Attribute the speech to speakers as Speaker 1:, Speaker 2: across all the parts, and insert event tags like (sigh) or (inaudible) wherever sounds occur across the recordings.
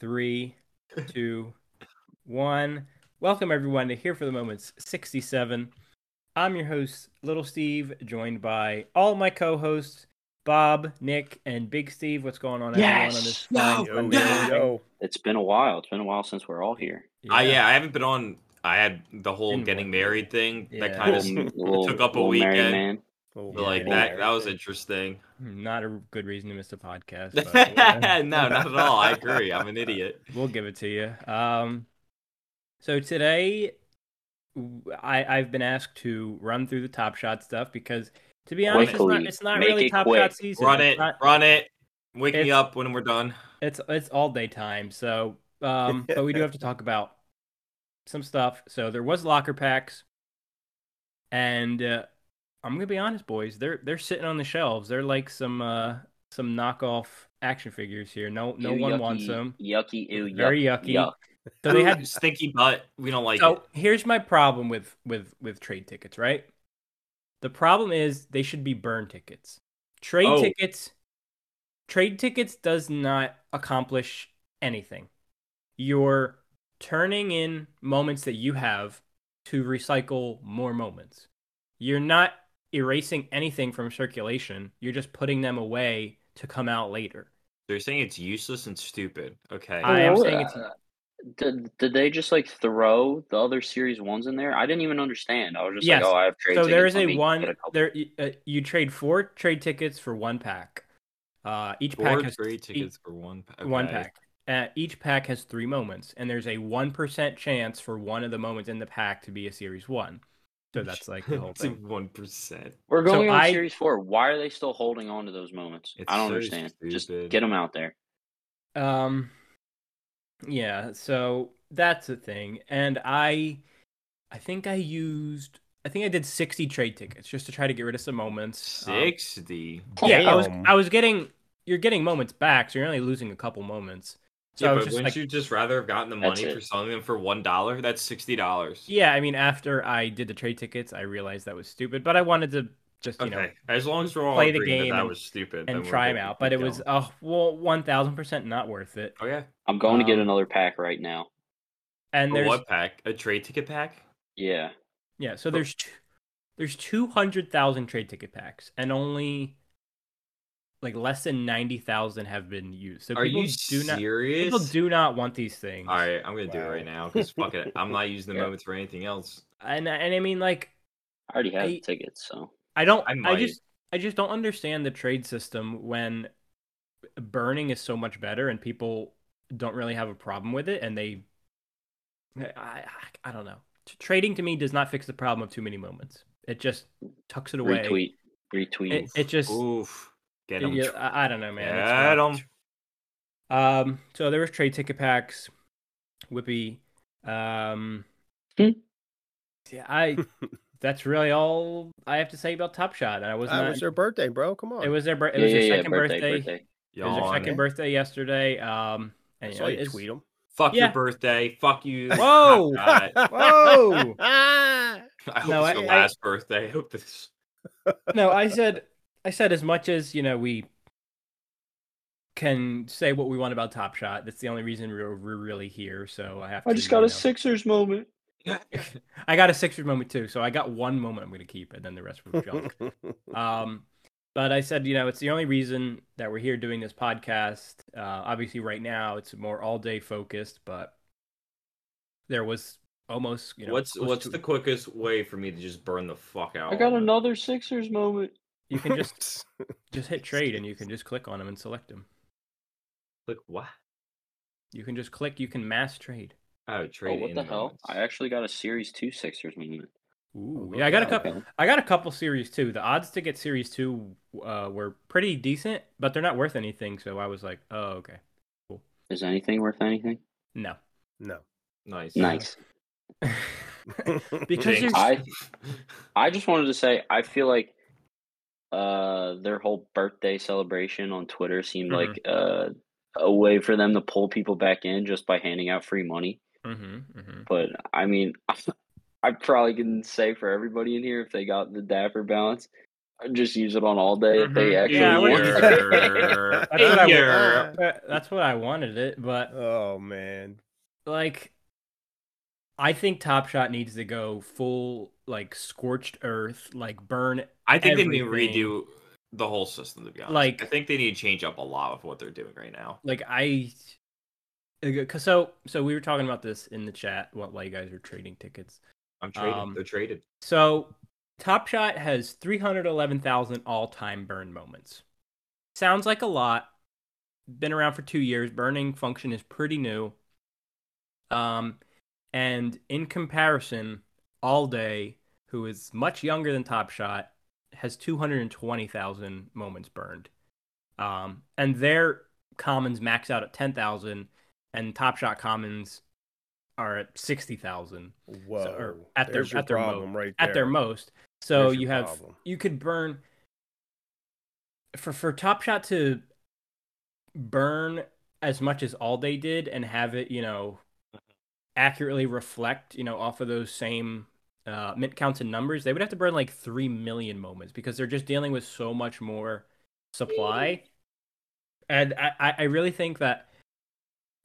Speaker 1: three, two, one. Welcome everyone to Here for the Moments 67. I'm your host, Little Steve, joined by all my co-hosts, Bob, Nick, and Big Steve. What's going on, everyone? On this
Speaker 2: Yes!
Speaker 1: fine
Speaker 2: Yo,
Speaker 1: Sunday
Speaker 2: yo,
Speaker 1: morning?
Speaker 3: It's been a while. It's been a while since we're all here.
Speaker 2: I yeah, I haven't been on. I had the whole
Speaker 1: Didn't
Speaker 2: getting
Speaker 1: work.
Speaker 2: married thing
Speaker 1: Yeah.
Speaker 2: that kind of (laughs)
Speaker 3: Little- little-
Speaker 2: took up a
Speaker 3: little married
Speaker 2: weekend.
Speaker 3: Man.
Speaker 1: Yeah,
Speaker 2: like
Speaker 3: yeah.
Speaker 2: that. That was interesting.
Speaker 1: Not a good reason to miss a podcast.
Speaker 2: no,
Speaker 1: (laughs)
Speaker 2: (laughs)
Speaker 1: But whatever.
Speaker 2: not at all. I agree. I'm
Speaker 1: (laughs)
Speaker 2: an idiot.
Speaker 1: we'll give it to you. Um, so today, w- I, have been asked to run through the Top Shot stuff because, to be honest, it's not,
Speaker 3: Quickly.
Speaker 1: it's not
Speaker 3: Make
Speaker 1: really
Speaker 3: it
Speaker 1: Top
Speaker 3: quick.
Speaker 1: Shot season.
Speaker 2: Run
Speaker 1: It's
Speaker 2: it,
Speaker 1: not-
Speaker 2: run it. Wake me
Speaker 1: It's-
Speaker 2: up when we're done.
Speaker 1: it's it's all day time. So, um, but we do have to talk about some stuff. So there was locker packs, and uh, I'm gonna be honest, boys. They're they're sitting on the shelves. They're like some uh, some knockoff action figures here. No no
Speaker 3: Ew,
Speaker 1: one
Speaker 3: yucky,
Speaker 1: wants them.
Speaker 3: Yucky, ew, yuck,
Speaker 1: Very yucky.
Speaker 3: Yuck.
Speaker 1: So they had
Speaker 2: stinky butt. We don't like
Speaker 1: so here's my problem with with with trade tickets right the problem is they should be burn tickets trade
Speaker 2: Oh.
Speaker 1: tickets trade tickets does not accomplish anything you're turning in moments that you have to recycle more moments you're not erasing anything from circulation you're just putting them away to come out later
Speaker 2: it. They're saying it's useless and stupid. Okay.
Speaker 1: I am
Speaker 3: Or,
Speaker 1: saying it's-
Speaker 3: uh, Did, did they just like throw the other series ones in there? I didn't even understand. I was just
Speaker 1: Yes.
Speaker 3: like, oh, I have trades.
Speaker 1: so there is a one there you- uh, you trade four trade tickets for one pack uh, each
Speaker 2: Four
Speaker 1: pack has
Speaker 2: trade
Speaker 1: e-
Speaker 2: tickets for one. pa-
Speaker 1: one
Speaker 2: okay.
Speaker 1: pack. Uh, each pack has three moments, and there's a one percent chance for one of the moments in the pack to be a series one.
Speaker 2: (laughs)
Speaker 1: So that's like the whole
Speaker 2: It's a
Speaker 1: thing. Um,
Speaker 2: one percent.
Speaker 3: We're going
Speaker 1: so
Speaker 3: on
Speaker 1: I-
Speaker 3: series four. Why are they still holding on to those moments?
Speaker 2: It's
Speaker 3: I don't
Speaker 2: so
Speaker 3: understand. Just
Speaker 2: stupid.
Speaker 3: get them out there.
Speaker 1: Um, yeah. So that's the thing, and I, I think I used, I think I did sixty trade tickets just to try to get rid of some moments. Um,
Speaker 2: Sixty.
Speaker 1: yeah, I was,
Speaker 4: Damn.
Speaker 1: I was getting, you're getting moments back, so you're only losing a couple moments. So I
Speaker 2: yeah,
Speaker 1: was
Speaker 2: but
Speaker 1: just
Speaker 2: wouldn't
Speaker 1: like-
Speaker 2: you just rather have gotten the
Speaker 3: That's
Speaker 2: money
Speaker 3: it.
Speaker 2: for selling them for one dollar? That's sixty dollars.
Speaker 1: Yeah, I mean, after I did the trade tickets, I realized that was stupid, but I wanted to just, you
Speaker 2: okay.
Speaker 1: know,
Speaker 2: as long as we're all
Speaker 1: play
Speaker 2: play
Speaker 1: the game
Speaker 2: that, that
Speaker 1: and-
Speaker 2: was stupid then
Speaker 1: and
Speaker 2: we're
Speaker 1: try
Speaker 2: good.
Speaker 1: them out. But it was uh, well, one thousand percent not worth it.
Speaker 2: oh yeah.
Speaker 3: I'm going to get
Speaker 1: Um,
Speaker 3: another pack right now.
Speaker 1: And
Speaker 2: a
Speaker 1: there's
Speaker 2: what pack? A trade ticket pack?
Speaker 3: Yeah.
Speaker 1: yeah, so there's two, there's two hundred thousand trade ticket packs, and only like less than ninety thousand have been used. So
Speaker 2: Are
Speaker 1: people
Speaker 2: you
Speaker 1: do not
Speaker 2: serious?
Speaker 1: people do not want these things.
Speaker 2: All right, I'm gonna do it right now
Speaker 1: (laughs)
Speaker 2: because fuck it, I'm not using the
Speaker 3: Yeah.
Speaker 2: moments for anything else.
Speaker 1: And and I mean like
Speaker 3: I already have
Speaker 1: I-
Speaker 3: the tickets, so
Speaker 1: I don't.
Speaker 2: I
Speaker 1: I,
Speaker 2: might.
Speaker 1: just. I just don't understand the trade system when burning is so much better and people don't really have a problem with it and they. I I, I don't know. T- Trading to me does not fix the problem of too many moments. It just tucks it away.
Speaker 3: retweet, retweet.
Speaker 1: It, it just.
Speaker 2: Oof, get him.
Speaker 1: yeah, I, I don't know, man. It's
Speaker 2: Get
Speaker 1: rough.
Speaker 2: 'em.
Speaker 1: Um. So there was trade ticket packs, Whippy. Um.
Speaker 3: Hmm.
Speaker 1: Yeah,
Speaker 4: (laughs)
Speaker 1: I. That's really all I have to say about Top Shot. And I was
Speaker 4: That
Speaker 1: not
Speaker 4: was their birthday, bro. Come on.
Speaker 1: It was their bir- it
Speaker 3: yeah,
Speaker 1: was
Speaker 3: yeah,
Speaker 1: their
Speaker 3: yeah,
Speaker 1: second
Speaker 3: birthday,
Speaker 1: birthday.
Speaker 3: birthday.
Speaker 1: It was their
Speaker 2: Yawn.
Speaker 1: second birthday yesterday. Um, and
Speaker 4: I
Speaker 1: you
Speaker 4: saw
Speaker 1: know,
Speaker 4: you
Speaker 1: it's-
Speaker 4: tweet them.
Speaker 2: Fuck
Speaker 1: Yeah.
Speaker 2: your birthday. Fuck you.
Speaker 1: (laughs)
Speaker 2: (laughs)
Speaker 1: Whoa.
Speaker 2: I
Speaker 1: (laughs) Whoa!
Speaker 4: (laughs)
Speaker 2: hope
Speaker 1: No,
Speaker 2: it's
Speaker 1: I-
Speaker 2: your
Speaker 1: I-
Speaker 2: last birthday. I
Speaker 1: (laughs)
Speaker 2: hope this.
Speaker 1: no, I said, I said as much as you know we can say what we want about Top Shot. That's the only reason we're, we're really here. So I have. to, you know-
Speaker 3: Sixers moment.
Speaker 1: (laughs) I got a Sixers moment too. So I got one moment I'm going to keep, and then the rest were (laughs) junk. Um, but I said, you know, it's the only reason that we're here doing this podcast. Uh, obviously, right now it's more all day focused, but there was almost, you know,
Speaker 2: what's
Speaker 1: close
Speaker 2: what's
Speaker 1: to-
Speaker 2: the quickest way for me to just burn the fuck out?
Speaker 3: I got
Speaker 2: all of it?
Speaker 3: another Sixers moment.
Speaker 1: you can just
Speaker 4: (laughs)
Speaker 1: just hit trade and you can just click on them and select them.
Speaker 2: Like what?
Speaker 1: You can just click. You can mass trade.
Speaker 2: Oh, trade.
Speaker 3: oh, what
Speaker 2: in
Speaker 3: the hell?
Speaker 2: moments.
Speaker 3: I actually got a Series Two Sixers moment.
Speaker 1: Ooh,
Speaker 4: look
Speaker 1: yeah, I got a
Speaker 4: out.
Speaker 1: couple. I got a couple series too. The odds to get series two uh, were pretty decent, but they're not worth anything. So I was like, oh, okay,
Speaker 3: Is anything worth anything?
Speaker 1: no,
Speaker 4: no. (laughs)
Speaker 2: Nice.
Speaker 3: Nice.
Speaker 1: (laughs) Mm-hmm, because
Speaker 2: Jinx.
Speaker 1: there's
Speaker 3: I-
Speaker 2: (laughs)
Speaker 3: I just wanted to say I feel like uh their whole birthday celebration on Twitter seemed
Speaker 1: Mhm.
Speaker 3: like uh a way for them to pull people back in just by handing out free money.
Speaker 1: Mhm, mhm.
Speaker 3: But (laughs) I mean, I probably can say for everybody in here if they got the Dapper balance, just use it on all day if they
Speaker 1: Mhm.
Speaker 3: actually
Speaker 1: Yeah, I
Speaker 3: want.
Speaker 1: wouldn't- That's
Speaker 3: (laughs)
Speaker 2: Here.
Speaker 4: (laughs)
Speaker 1: what I would-
Speaker 2: Here.
Speaker 1: But That's what I wanted it, but
Speaker 4: oh man.
Speaker 1: like I think Top Shot needs to go full like scorched earth, like burn
Speaker 2: I think they need
Speaker 1: everything.
Speaker 2: to redo the whole system to be honest.
Speaker 1: Like-
Speaker 2: I think they need to change up a lot of what they're doing right now.
Speaker 1: like I like, 'cause so so we were talking about this in the chat what while you guys are trading tickets.
Speaker 2: I'm trading.
Speaker 1: Um,
Speaker 2: they're traded.
Speaker 1: So Top Shot has 311,000 all-time burn moments. Sounds like a lot. Been around for 2 years. Burning function is pretty new. Um and in comparison, All Day, who is much younger than Top Shot, has 220,000 moments burned. Um and their commons max out at 10,000 and Top Shot commons are at 60,000
Speaker 4: Whoa.
Speaker 1: or at their-
Speaker 4: There's your
Speaker 1: at their mo-
Speaker 4: problem right
Speaker 1: at their
Speaker 4: there.
Speaker 1: most. So
Speaker 4: There's your
Speaker 1: you have
Speaker 4: problem.
Speaker 1: you could burn for for Top Shot to burn as much as all they did and have it, you know, accurately reflect, you know, off of those same uh, mint counts and numbers. They would have to burn like three million moments because they're just dealing with so much more supply. And I, I- I really think that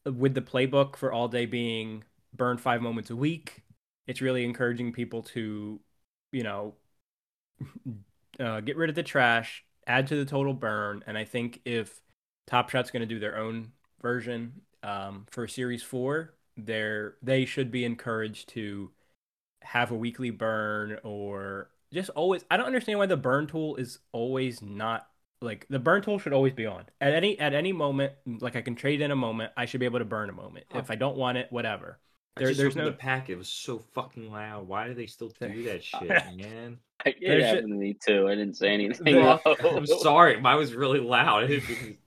Speaker 1: with the playbook for all day being burn five moments a week, it's really encouraging people to, you know, (laughs) uh, get rid of the trash, add to the total burn. And I think if Top Shot's going to do their own version um, for Series 4, they're, they should be encouraged to have a weekly burn or just always. I don't understand why the burn tool is always not like the burn tool should always be on at any at any moment like i can trade in a moment i should be able to burn a moment if i don't want it whatever
Speaker 2: I
Speaker 1: there-
Speaker 2: just
Speaker 1: there's
Speaker 2: opened
Speaker 1: no-
Speaker 2: the pack. It was so fucking loud. Why do they still do
Speaker 1: (laughs)
Speaker 2: that shit, man?
Speaker 3: It
Speaker 1: There's
Speaker 3: happened to me too. I didn't say anything.
Speaker 1: Well,
Speaker 3: (laughs)
Speaker 2: I'm sorry. Mine was really loud. (laughs) I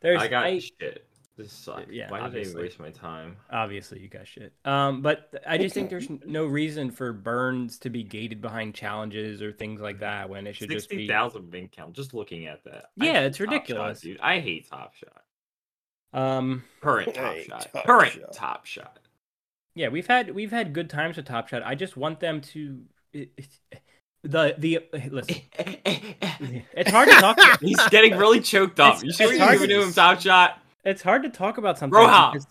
Speaker 1: there's
Speaker 2: got
Speaker 1: I-
Speaker 2: shit. This sucks.
Speaker 1: Yeah,
Speaker 2: Why did they
Speaker 1: obviously.
Speaker 2: waste my time?
Speaker 1: Obviously, you got shit. Um, but I just think there's no reason for burns to be gated behind challenges or things like that when it should just
Speaker 2: Sixty
Speaker 1: be.
Speaker 2: thousand bin count. Just looking at that. I
Speaker 1: Yeah,
Speaker 2: hate
Speaker 1: it's
Speaker 2: Top Shot,
Speaker 1: ridiculous.
Speaker 2: dude. I hate Top Shot.
Speaker 1: Um,
Speaker 2: Current
Speaker 4: I
Speaker 2: Top
Speaker 4: hate
Speaker 2: Shot.
Speaker 4: Top
Speaker 2: Current
Speaker 4: Shot.
Speaker 2: Top Shot.
Speaker 1: (laughs) yeah, we've had we've had good times with Top Shot. I just want them to it, it- the the (laughs) listen. It's hard to talk.
Speaker 2: (laughs) He's getting really choked up.
Speaker 1: It's-
Speaker 2: You see
Speaker 1: it's
Speaker 2: what
Speaker 1: hard
Speaker 2: you're
Speaker 1: to
Speaker 2: doing to him,
Speaker 4: s-
Speaker 2: Top Shot?
Speaker 1: It's hard to talk about something.
Speaker 2: Roja.
Speaker 1: because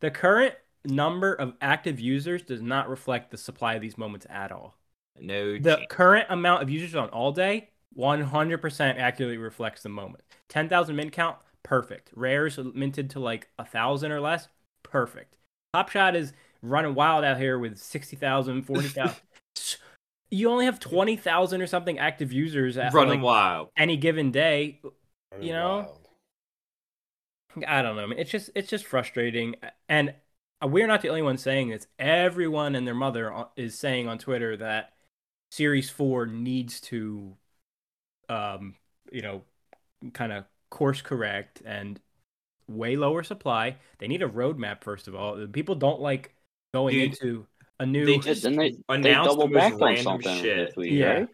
Speaker 1: The current number of active users does not reflect the supply of these moments at all.
Speaker 2: No.
Speaker 1: the
Speaker 2: chance.
Speaker 1: current amount of users on all day 100% accurately reflects the moment 10000 mint count perfect rares minted to like a thousand or less perfect top shot is running wild out here with 60000
Speaker 2: (laughs)
Speaker 1: 40000 you only have 20000 or something active users at
Speaker 2: running
Speaker 1: like,
Speaker 2: wild.
Speaker 1: any given day
Speaker 4: I mean,
Speaker 1: you know?
Speaker 4: wild.
Speaker 1: I don't know. man. It's just it's just frustrating, and we're not the only ones saying this. Everyone and their mother o- is saying on Twitter that Series Four needs to, um, you know, kind of course correct and way lower supply. They need a roadmap first of all. People don't like going
Speaker 2: Dude,
Speaker 1: into a new.
Speaker 2: they
Speaker 3: Just, and they, they
Speaker 2: Announced
Speaker 3: double
Speaker 2: the most
Speaker 3: back on
Speaker 2: random
Speaker 3: something
Speaker 2: shit.
Speaker 3: this week,
Speaker 1: Yeah.
Speaker 3: right?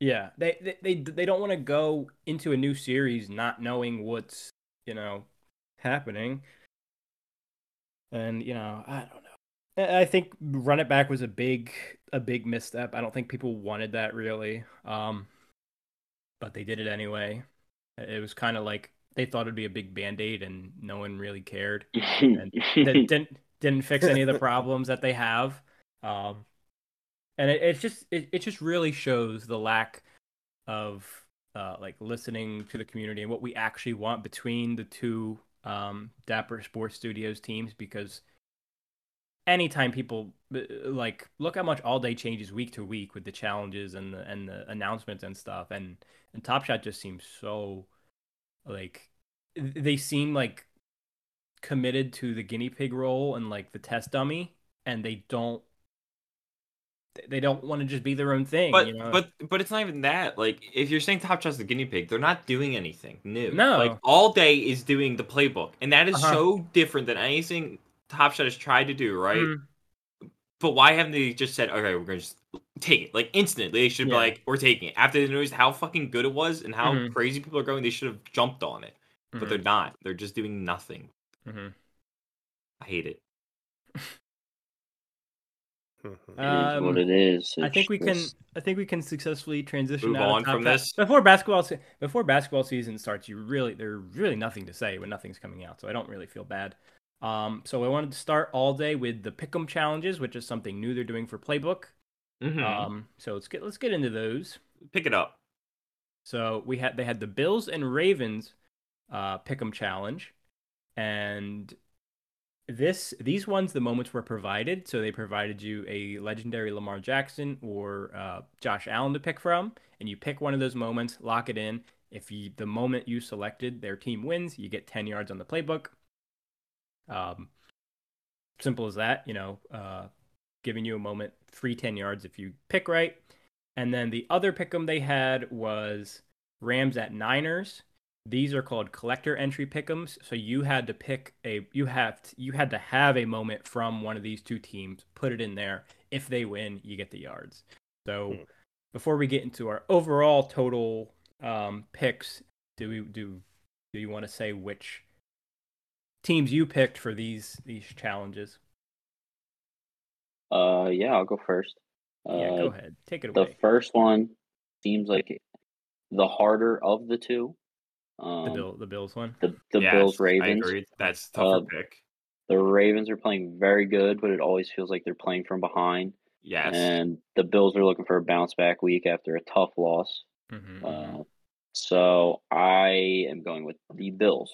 Speaker 1: Yeah, they they they, they don't want to go into a new series not knowing what's you know happening, and you know I don't know. I I think run it back was a big a big misstep. I don't think people wanted that really, um, but they did it anyway. It was kind of like they thought it'd be a big band aid, and no one really cared (laughs)
Speaker 3: (laughs)
Speaker 1: that didn't didn't fix any of the problems that they have. Um, and it, it's just it, it just really shows the lack of uh, like listening to the community and what we actually want between the two um, Dapper Sports Studios teams because anytime people uh, like look how much all day changes week to week with the challenges and the, and the announcements and stuff and and Top Shot just seems so like they seem like committed to the guinea pig role and like the test dummy and they don't they don't want to just be their own thing
Speaker 2: But
Speaker 1: you know
Speaker 2: but but it's not even that. Like if you're saying Top Shot's the guinea pig, they're not doing anything new.
Speaker 1: No.
Speaker 2: Like all day is doing the playbook, and that is
Speaker 1: Uh-huh.
Speaker 2: so different than anything Top Shot has tried to do, right?
Speaker 1: Mm.
Speaker 2: But why haven't they just said, okay, we're gonna just take it like instantly? They should be
Speaker 1: Yeah.
Speaker 2: like, we're taking it after they noticed how fucking good it was and how
Speaker 1: Mhm.
Speaker 2: crazy people are going. They should have jumped on it, but
Speaker 1: Mm-hmm.
Speaker 2: they're not. They're just doing nothing.
Speaker 1: Mhm.
Speaker 2: I hate it.
Speaker 3: It is
Speaker 1: Um,
Speaker 3: what it is.
Speaker 1: I think
Speaker 3: It's
Speaker 1: we can.
Speaker 3: just-
Speaker 1: I think we can successfully transition
Speaker 2: Move
Speaker 1: out of
Speaker 2: on
Speaker 1: top
Speaker 2: from
Speaker 1: ten.
Speaker 2: this?
Speaker 1: before basketball. se- Before basketball season starts, you really there's really nothing to say when nothing's coming out, so I don't really feel bad. Um, so I wanted to start all day with the Pick'em challenges, which is something new they're doing for Playbook.
Speaker 2: Mhm.
Speaker 1: Um, so let's get let's get into those.
Speaker 2: Pick it up.
Speaker 1: So we had they had the Bills and Ravens uh, pick'em challenge, and this these ones the moments were provided. So they provided you a legendary Lamar Jackson or uh, Josh Allen to pick from, and you pick one of those moments, lock it in. If you, the moment you selected their team wins, you get ten yards on the playbook. Um, simple as that. You know, uh, giving you a moment, free ten yards if you pick right. And then the other pick'em they had was Rams at Niners. These are called collector entry pick'ems. So you had to pick a you have t- you had to have a moment from one of these two teams, put it in there. If they win, you get the yards. So
Speaker 4: Hmm.
Speaker 1: before we get into our overall total um, picks, do we do do you want to say which teams you picked for these these challenges?
Speaker 3: Uh, yeah, I'll go first. Uh,
Speaker 1: yeah, go ahead. Take it
Speaker 3: the
Speaker 1: away.
Speaker 3: first one seems like the harder of the two. Um,
Speaker 1: the bill the Bills one.
Speaker 3: the, the
Speaker 2: Yes,
Speaker 3: Bills
Speaker 2: I
Speaker 3: Ravens.
Speaker 2: agree. That's a tougher
Speaker 3: Uh,
Speaker 2: pick.
Speaker 3: The Ravens are playing very good, but it always feels like they're playing from behind.
Speaker 2: Yes.
Speaker 3: And the Bills are looking for a bounce back week after a tough loss.
Speaker 1: Mhm, mhm.
Speaker 3: Uh, so I am going with the Bills.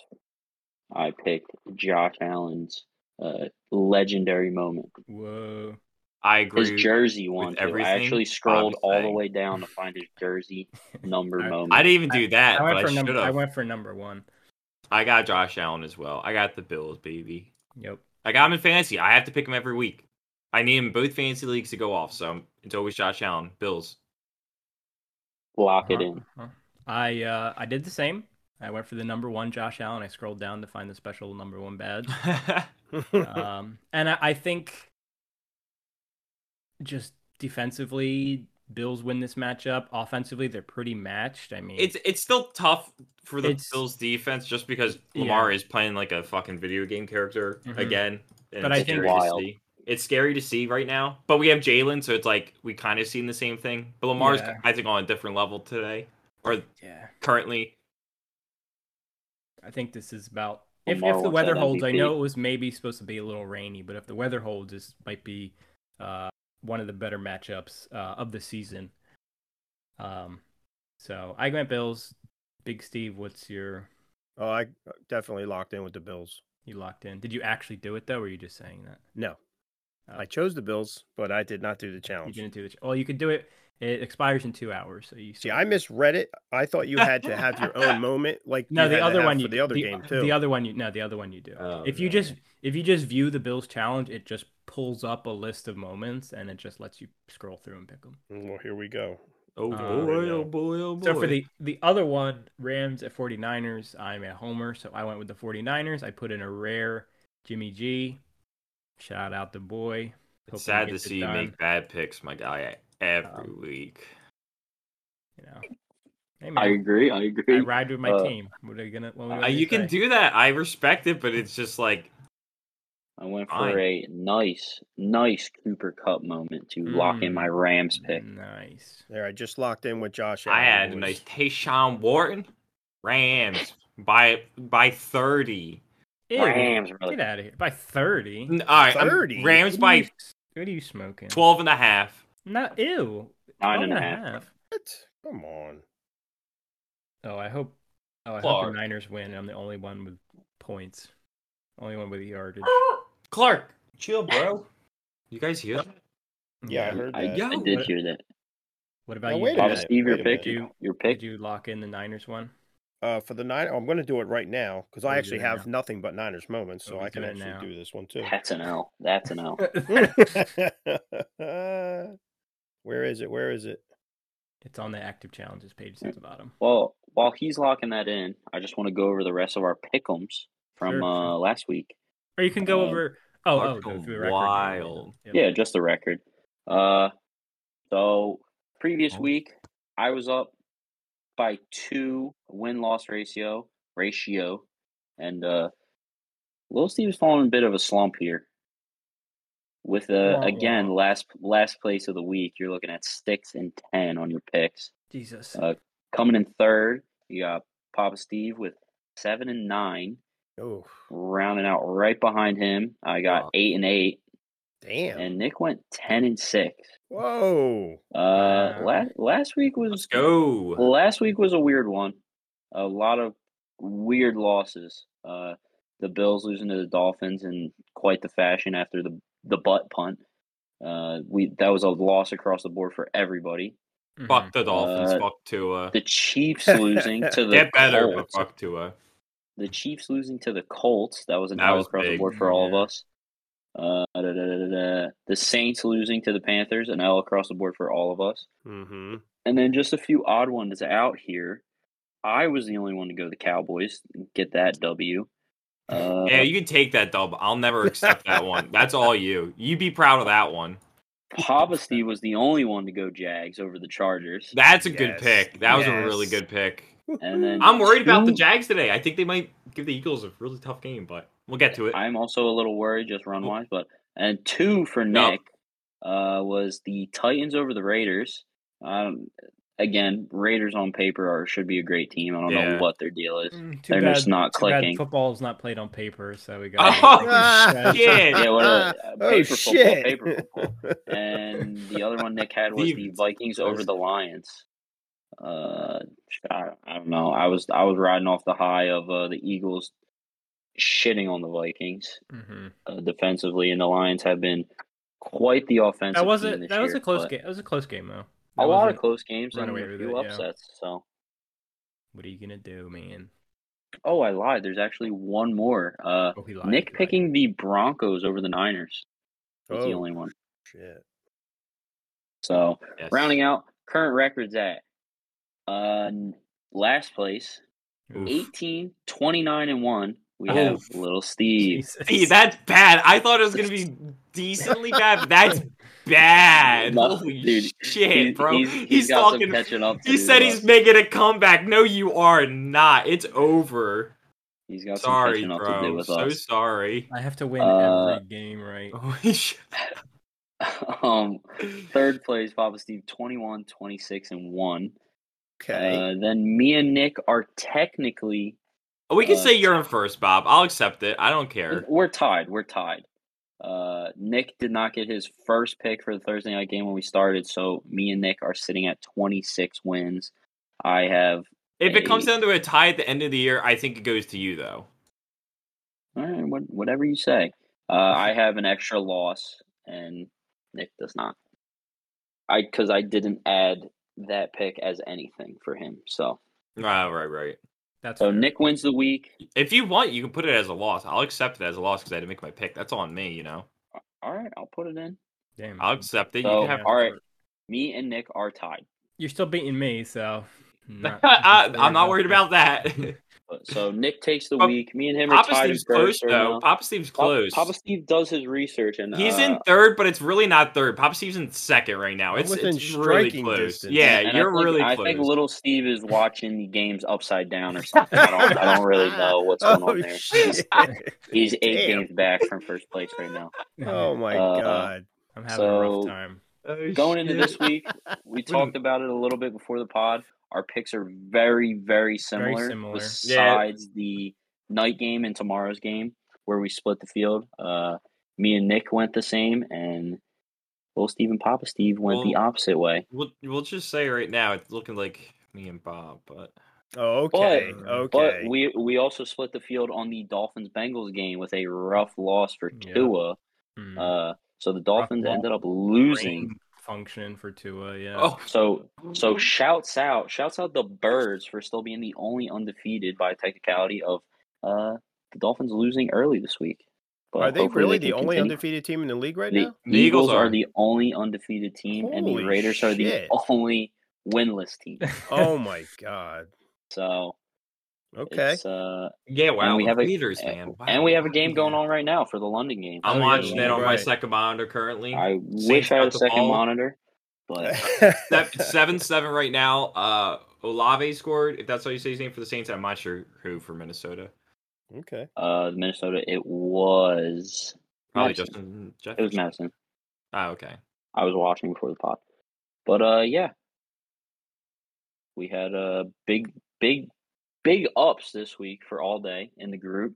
Speaker 3: I picked Josh Allen's uh, legendary moment.
Speaker 1: Whoa.
Speaker 2: I agree.
Speaker 3: His jersey one.
Speaker 2: with
Speaker 3: too. I
Speaker 2: everything
Speaker 3: actually scrolled
Speaker 2: Bob's
Speaker 3: all the
Speaker 2: saying.
Speaker 3: way down to find his jersey number
Speaker 1: I-
Speaker 3: moment.
Speaker 2: I didn't even do that,
Speaker 1: I
Speaker 2: but
Speaker 1: went
Speaker 2: I
Speaker 1: for
Speaker 2: should
Speaker 1: number. I
Speaker 2: have.
Speaker 1: went for number one.
Speaker 2: I got Josh Allen as well. I got the Bills, baby.
Speaker 1: Yep.
Speaker 2: I got him in fantasy. I have to pick him every week. I need him in both fantasy leagues to go off. So it's always Josh Allen, Bills. (laughs)
Speaker 3: Lock
Speaker 1: Uh-huh.
Speaker 3: it in.
Speaker 1: I uh, I did the same. I went for the number one Josh Allen. I scrolled down to find the special number one
Speaker 2: (laughs)
Speaker 1: badge. (laughs) um, and I, I think just defensively, Bills win this matchup. Offensively, they're pretty matched. I mean,
Speaker 2: it's it's still tough for the
Speaker 1: It's-
Speaker 2: Bills defense just because
Speaker 1: Yeah.
Speaker 2: Lamar is playing like a fucking video game character
Speaker 1: Mhm.
Speaker 2: again. and
Speaker 1: But I
Speaker 2: it's
Speaker 1: think-
Speaker 2: scary to
Speaker 3: Wild.
Speaker 2: see. it's scary to see right now. But we have Jalen, so it's like we kind of seen the same thing. But Lamar's
Speaker 1: Yeah.
Speaker 2: I think on a different level today or
Speaker 1: yeah.
Speaker 2: currently.
Speaker 1: I think this is about if,
Speaker 3: Lamar
Speaker 1: if the
Speaker 3: wants
Speaker 1: weather
Speaker 3: that
Speaker 1: holds. I
Speaker 3: MVP.
Speaker 1: know it was maybe supposed to be a little rainy, but if the weather holds, this might be uh, one of the better matchups uh, of the season. Um, so I went Bills. Big Steve, what's your
Speaker 4: (laughs) oh, I definitely locked in with the Bills.
Speaker 1: you locked in? Did you actually do it though, or were you just saying that?
Speaker 4: No, I chose the Bills, but I did not do
Speaker 1: Oh.
Speaker 4: the
Speaker 1: You
Speaker 4: challenge.
Speaker 1: didn't do it. Well, you could do it. It expires in two hours, so you.
Speaker 4: See, I misread it. I thought you had to
Speaker 1: (laughs)
Speaker 4: have your own moment, like
Speaker 1: no
Speaker 4: you had
Speaker 1: the
Speaker 4: to
Speaker 1: other
Speaker 4: have
Speaker 1: one
Speaker 4: for
Speaker 1: you
Speaker 4: the other game too.
Speaker 1: The other one you no the other one you do.
Speaker 2: Oh,
Speaker 1: if you
Speaker 2: no.
Speaker 1: just if you just view the Bills challenge, it just pulls up a list of moments and it just lets you scroll through and pick them.
Speaker 4: Well, here we go.
Speaker 2: Oh
Speaker 1: Uh,
Speaker 2: boy, oh boy, oh boy.
Speaker 1: So for the the other one, Rams at 49ers, I'm a homer, so I went with the 49ers. I put in a rare Jimmy G. Shout out the boy. Hope
Speaker 2: it's
Speaker 1: he
Speaker 2: sad to
Speaker 1: gets it
Speaker 2: see you
Speaker 1: done,
Speaker 2: make bad picks, my guy, every
Speaker 1: Um,
Speaker 2: week.
Speaker 1: you know. Hey,
Speaker 3: I
Speaker 1: man,
Speaker 3: agree. I
Speaker 1: I,
Speaker 3: agree.
Speaker 1: ride with my
Speaker 3: uh,
Speaker 1: team. What are you gonna? What are we
Speaker 2: Uh,
Speaker 1: gonna
Speaker 2: you can
Speaker 1: say?
Speaker 2: do that. I respect it, but it's just like
Speaker 3: I went for
Speaker 2: Fine.
Speaker 3: a nice, nice Cooper Cup moment to lock in
Speaker 1: Mm.
Speaker 3: my Rams pick.
Speaker 1: Nice.
Speaker 4: There, I just locked in with Josh.
Speaker 2: I
Speaker 4: Allen,
Speaker 2: had a
Speaker 4: boys.
Speaker 2: nice Tayshawn Wharton, Rams by by thirty.
Speaker 1: Ew,
Speaker 3: Rams, really.
Speaker 1: Get out of here by 30.
Speaker 2: N- All right, I'm-
Speaker 4: 30?
Speaker 2: Rams by
Speaker 1: What are you smoking?
Speaker 2: 12 and a half.
Speaker 1: Not ew.
Speaker 3: Nine
Speaker 1: 12
Speaker 3: and a half.
Speaker 4: What? Come on.
Speaker 1: Oh, I hope. Oh, I hope
Speaker 2: Clark.
Speaker 1: the Niners win. I'm the only one with points. Only one with yardage.
Speaker 2: Clark, chill, bro. You guys hear that?
Speaker 4: Yeah, I heard
Speaker 3: I,
Speaker 4: that.
Speaker 2: Yeah.
Speaker 3: I
Speaker 2: Yo.
Speaker 3: did hear that.
Speaker 1: What about
Speaker 4: Now,
Speaker 1: you?
Speaker 4: wait a
Speaker 1: Did-
Speaker 3: Baba
Speaker 4: minute,
Speaker 3: Steve, your
Speaker 4: wait a minute.
Speaker 3: pick.
Speaker 1: Did you-
Speaker 3: Your pick.
Speaker 1: Did you lock in the Niners
Speaker 3: (laughs)
Speaker 1: one?
Speaker 4: Uh, for the nine, I'm going to do it right now because I
Speaker 1: Oh,
Speaker 4: actually
Speaker 1: do it
Speaker 4: have nothing but Niners moments, so
Speaker 1: Oh,
Speaker 4: I
Speaker 1: do
Speaker 4: can
Speaker 1: it
Speaker 4: actually
Speaker 1: now.
Speaker 4: do this
Speaker 3: (laughs)
Speaker 4: one too. (laughs)
Speaker 3: That's an L. That's an L.
Speaker 4: Where is it? Where is it?
Speaker 1: it's on the active challenges page at the bottom.
Speaker 3: Well, while he's locking that in, I just want to go over the rest of our pickums from
Speaker 1: Sure,
Speaker 3: uh,
Speaker 1: sure.
Speaker 3: last week.
Speaker 1: Or you can go
Speaker 3: Um,
Speaker 1: over. Oh,
Speaker 2: Clark
Speaker 1: oh, go
Speaker 2: going
Speaker 1: through the record.
Speaker 2: wild.
Speaker 1: Yep.
Speaker 3: Yeah, just the record. Uh, so previous
Speaker 2: Oh.
Speaker 3: week I was up by two win loss ratio ratio, and uh, Little Steve's falling a bit of a slump here. With
Speaker 1: Wah,
Speaker 3: uh,
Speaker 1: wah.
Speaker 3: again last last place of the week, you're looking at six and ten on your picks.
Speaker 1: Jesus.
Speaker 3: Uh, Coming in third, you got Papa Steve with seven and nine,
Speaker 4: Oh,
Speaker 3: rounding out right behind him. I got
Speaker 2: Wow.
Speaker 3: eight and eight,
Speaker 4: damn.
Speaker 3: and Nick went ten and six.
Speaker 4: Whoa.
Speaker 3: Uh,
Speaker 1: Wow.
Speaker 3: last last week was
Speaker 2: Let's go.
Speaker 3: Last week was a weird one. A lot of weird losses. Uh, the Bills losing to the Dolphins in quite the fashion after the the butt punt. Uh, we that was a loss across the board for everybody.
Speaker 1: Mhm.
Speaker 2: Fuck the Dolphins.
Speaker 3: Uh,
Speaker 2: fuck Tua.
Speaker 3: The Chiefs losing to the
Speaker 2: Get better, but
Speaker 3: Colts.
Speaker 2: fuck Tua.
Speaker 3: The Chiefs losing to the Colts. That was an
Speaker 2: That
Speaker 3: L
Speaker 2: was
Speaker 3: across the
Speaker 2: big.
Speaker 3: board for all
Speaker 1: Yeah.
Speaker 3: of us. Uh, da, da, da, da, da. The Saints losing to the Panthers, an L across the board for all of us.
Speaker 4: Mm-hmm.
Speaker 3: And then just a few odd ones out here. I was the only one to go the Cowboys. Get that W. Uh,
Speaker 2: (laughs) Yeah, you can take that dub. I'll never accept that one. That's all you. You be proud of that one.
Speaker 3: Papa Steve Uh, was the only one to go Jags over the Chargers.
Speaker 2: That's a good
Speaker 4: Yes.
Speaker 2: pick. That was a really
Speaker 4: Yes.
Speaker 2: good pick.
Speaker 3: And then
Speaker 2: I'm worried about the
Speaker 3: two-
Speaker 2: Jags today. I think they might give the Eagles a really tough game, but we'll get to it.
Speaker 3: I'm also a little worried, just run wise. But and two for
Speaker 2: No.
Speaker 3: Nick uh, was the Titans over the Raiders. Um, again, Raiders on paper are should be a great team. I don't know
Speaker 2: Yeah.
Speaker 3: what their
Speaker 1: (laughs)
Speaker 3: deal is.
Speaker 1: Mm, too
Speaker 3: They're
Speaker 1: bad,
Speaker 3: just not
Speaker 1: too bad
Speaker 3: clicking.
Speaker 1: football's not played on paper, so we
Speaker 3: (laughs)
Speaker 1: got.
Speaker 2: Oh, shit.
Speaker 3: Yeah, what
Speaker 4: (laughs)
Speaker 3: are (laughs) they? Uh,
Speaker 4: Oh,
Speaker 3: paper football,
Speaker 4: shit.
Speaker 3: paper football. And the other one Nick had was the
Speaker 2: Stevens.
Speaker 3: Vikings over the Lions. Uh, I, I don't know. I was I was riding off the high of uh, the Eagles shitting on the Vikings
Speaker 1: Mhm.
Speaker 3: uh, defensively, and the Lions have been quite the offensive.
Speaker 1: That was
Speaker 3: team
Speaker 1: a
Speaker 3: this
Speaker 1: that was
Speaker 3: (laughs) year,
Speaker 1: a close
Speaker 3: but
Speaker 1: game. That was a close game though.
Speaker 3: A
Speaker 1: That
Speaker 3: lot of
Speaker 1: wasn't-
Speaker 3: close games
Speaker 1: run
Speaker 3: and
Speaker 1: away
Speaker 3: a
Speaker 1: with
Speaker 3: few
Speaker 1: it, yeah.
Speaker 3: upsets. So,
Speaker 1: What are you gonna do, man?
Speaker 3: oh, I lied. There's actually one more. Uh,
Speaker 1: Oh, he lied.
Speaker 3: Nick
Speaker 1: he lied.
Speaker 3: picking the Broncos over the Niners. That's the
Speaker 4: Oh.
Speaker 3: only one.
Speaker 4: Shit.
Speaker 3: So
Speaker 2: Yes.
Speaker 3: Rounding out current records at uh last place,
Speaker 1: Oof.
Speaker 2: (laughs)
Speaker 3: 18, 29 and 1. We
Speaker 1: Oh.
Speaker 3: have little Steve.
Speaker 1: Jesus.
Speaker 2: See, that's bad. I thought it was gonna be decently bad. but That's bad.
Speaker 3: No,
Speaker 2: Holy
Speaker 3: dude.
Speaker 2: shit,
Speaker 3: He's-
Speaker 2: bro.
Speaker 3: he's-
Speaker 2: He's,
Speaker 3: he's got some
Speaker 2: talking.
Speaker 3: catching up to
Speaker 2: He
Speaker 3: do,
Speaker 2: said
Speaker 3: though.
Speaker 2: he's making a comeback. No, you are not. It's over.
Speaker 3: He's got some
Speaker 2: Sorry,
Speaker 3: catching up to do
Speaker 2: bro.
Speaker 3: with
Speaker 2: So
Speaker 3: us.
Speaker 2: sorry.
Speaker 1: I have to win
Speaker 3: Uh,
Speaker 1: every game, right?
Speaker 2: Holy shit.
Speaker 3: (laughs) um third place Papa Steve 21, 26 and 1.
Speaker 4: Okay.
Speaker 3: Uh, then me and Nick are technically
Speaker 2: We can
Speaker 3: uh,
Speaker 2: say you're in first, Bob. I'll accept it. I don't care.
Speaker 3: we're tied, we're tied. Uh, Nick did not get his first pick for the Thursday night game when we started, so me and Nick are sitting at 26 wins. I have
Speaker 2: If it comes
Speaker 3: Hey.
Speaker 2: down to a tie at the end of the year, I think it goes to you though.
Speaker 3: All right, what, whatever you say. Uh, I have an extra loss, and Nick does not. I because I didn't add that pick as anything for him. So
Speaker 2: Right, Ah, right, right.
Speaker 1: That's
Speaker 3: so
Speaker 1: fair.
Speaker 3: Nick wins the week.
Speaker 2: If you want, you can put it as a loss. I'll accept it as a loss because I had to make my pick. That's on me, you know.
Speaker 3: All right, I'll put it in.
Speaker 1: Damn.
Speaker 2: I'll accept it.
Speaker 3: So,
Speaker 2: you can have.
Speaker 3: all right. Me and Nick are tied.
Speaker 1: You're still beating me,
Speaker 2: (laughs)
Speaker 1: so. not-
Speaker 2: I, I'm not
Speaker 1: (laughs)
Speaker 2: worried
Speaker 3: (laughs)
Speaker 2: about that.
Speaker 3: But- So Nick takes the
Speaker 2: Pop-
Speaker 3: week. Me and him are
Speaker 2: Papa
Speaker 3: tied. in
Speaker 2: Steve's
Speaker 3: first
Speaker 2: close
Speaker 3: right
Speaker 2: though.
Speaker 3: now.
Speaker 2: Papa Steve's
Speaker 3: Pop-
Speaker 2: close.
Speaker 3: Papa Steve does his research, and
Speaker 2: He's
Speaker 3: uh,
Speaker 2: in third, but it's really not third. Papa Steve's in second right now.
Speaker 4: I'm
Speaker 2: It's,
Speaker 4: within
Speaker 2: it's really
Speaker 4: striking
Speaker 2: close.
Speaker 4: distance.
Speaker 2: Yeah,
Speaker 3: and I
Speaker 2: you're
Speaker 3: think-
Speaker 2: really
Speaker 3: I
Speaker 2: close.
Speaker 3: think little Steve is watching the games upside down or something. (laughs) I don't, I don't really know
Speaker 2: (laughs)
Speaker 4: (laughs)
Speaker 3: what's
Speaker 2: Oh,
Speaker 3: going on there. He's- (laughs)
Speaker 4: Oh, shit.
Speaker 3: He's eight
Speaker 4: Damn.
Speaker 3: games back from first place right now.
Speaker 4: oh my
Speaker 3: Uh,
Speaker 4: god.
Speaker 1: I'm having a
Speaker 3: so-
Speaker 1: rough time.
Speaker 2: Oh,
Speaker 3: Going into
Speaker 2: shit.
Speaker 3: this week, we talked about it a little bit before the pod. Our picks are very, very similar.
Speaker 1: similar. Yeah.
Speaker 3: Besides the night game and tomorrow's game, where we split the field. Uh, me and Nick went the same, and little Steve and Papa Steve went the
Speaker 2: Well,
Speaker 3: opposite way.
Speaker 2: We'll, we'll just say right now, it's looking like me and Bob, but
Speaker 4: Oh, okay.
Speaker 1: but-
Speaker 4: okay.
Speaker 3: But we we also split the field on the Dolphins Bengals game with a rough loss for
Speaker 1: Yeah.
Speaker 3: Tua.
Speaker 1: Mm.
Speaker 3: Uh, so the Dolphins
Speaker 1: loss.
Speaker 3: ended up losing.
Speaker 1: Brain function for Tua, yeah. (laughs)
Speaker 2: oh,
Speaker 3: So so shouts out, shouts out the birds for still being the only undefeated by technicality of uh the Dolphins losing early this week. But
Speaker 4: Are they
Speaker 3: hopefully
Speaker 4: really
Speaker 3: can
Speaker 4: the only
Speaker 3: continue.
Speaker 4: undefeated team in the league right
Speaker 3: The
Speaker 4: now?
Speaker 2: The
Speaker 3: Eagles
Speaker 2: Eagles
Speaker 3: are
Speaker 2: are.
Speaker 3: the only undefeated team, and the
Speaker 4: Holy
Speaker 3: Raiders are the
Speaker 4: shit.
Speaker 3: (laughs) only winless team.
Speaker 4: Oh my god.
Speaker 3: So
Speaker 4: Okay.
Speaker 3: it's, uh,
Speaker 2: yeah, wow.
Speaker 3: we have a-
Speaker 2: leaders, man.
Speaker 3: and we have a
Speaker 2: Wow.
Speaker 3: game going on right now for the London game.
Speaker 2: I'm
Speaker 1: Oh, yeah,
Speaker 2: watching it on my
Speaker 4: right.
Speaker 2: second monitor currently.
Speaker 3: I
Speaker 2: Saints
Speaker 3: wish I
Speaker 2: got
Speaker 3: had a
Speaker 2: the
Speaker 3: second
Speaker 2: ball.
Speaker 3: monitor, but
Speaker 4: (laughs)
Speaker 2: That- it's (laughs) seven seven right now. Uh, Olave scored. If that's how you say his name for the Saints, I'm not sure who for Minnesota.
Speaker 4: okay.
Speaker 3: uh, Minnesota. It was
Speaker 2: Probably
Speaker 3: Madison.
Speaker 2: Justin
Speaker 3: It was
Speaker 2: Jefferson.
Speaker 3: Madison.
Speaker 2: Ah, okay.
Speaker 3: I was watching before the pod. But uh yeah. We had uh big big big ups this week for all day in the group.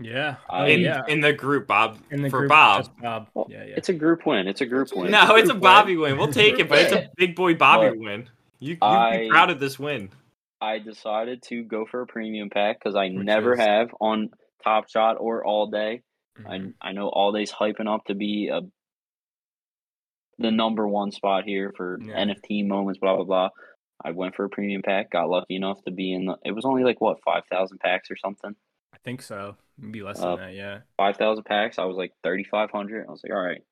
Speaker 1: Yeah.
Speaker 3: Uh,
Speaker 1: Oh,
Speaker 2: in,
Speaker 1: yeah.
Speaker 2: in the group, Bob.
Speaker 1: In the
Speaker 2: for
Speaker 1: group,
Speaker 2: Bob.
Speaker 1: just Bob.
Speaker 3: Well,
Speaker 1: Yeah, yeah.
Speaker 3: It's a group win. It's a group win.
Speaker 2: No, it's a
Speaker 4: Group
Speaker 2: Bobby win. We'll take it, but
Speaker 3: (laughs)
Speaker 2: it's a big boy Bobby
Speaker 3: But
Speaker 2: win. You, you'd
Speaker 3: I-
Speaker 2: be proud of this win.
Speaker 3: I decided to go for a premium pack because I
Speaker 1: Which
Speaker 3: never
Speaker 1: is-
Speaker 3: have on Top Shot or All Day.
Speaker 1: Mhm.
Speaker 3: I I know All Day's hyping up to be a the number one spot here for
Speaker 1: Yeah.
Speaker 3: NFT moments, blah blah blah. I went for a premium pack, got lucky enough to be in the. It was only like what five thousand packs or something.
Speaker 1: I think so. Maybe less
Speaker 3: Uh,
Speaker 1: than that. Yeah.
Speaker 3: Five thousand packs. I was like thirty five hundred. I was like, all right.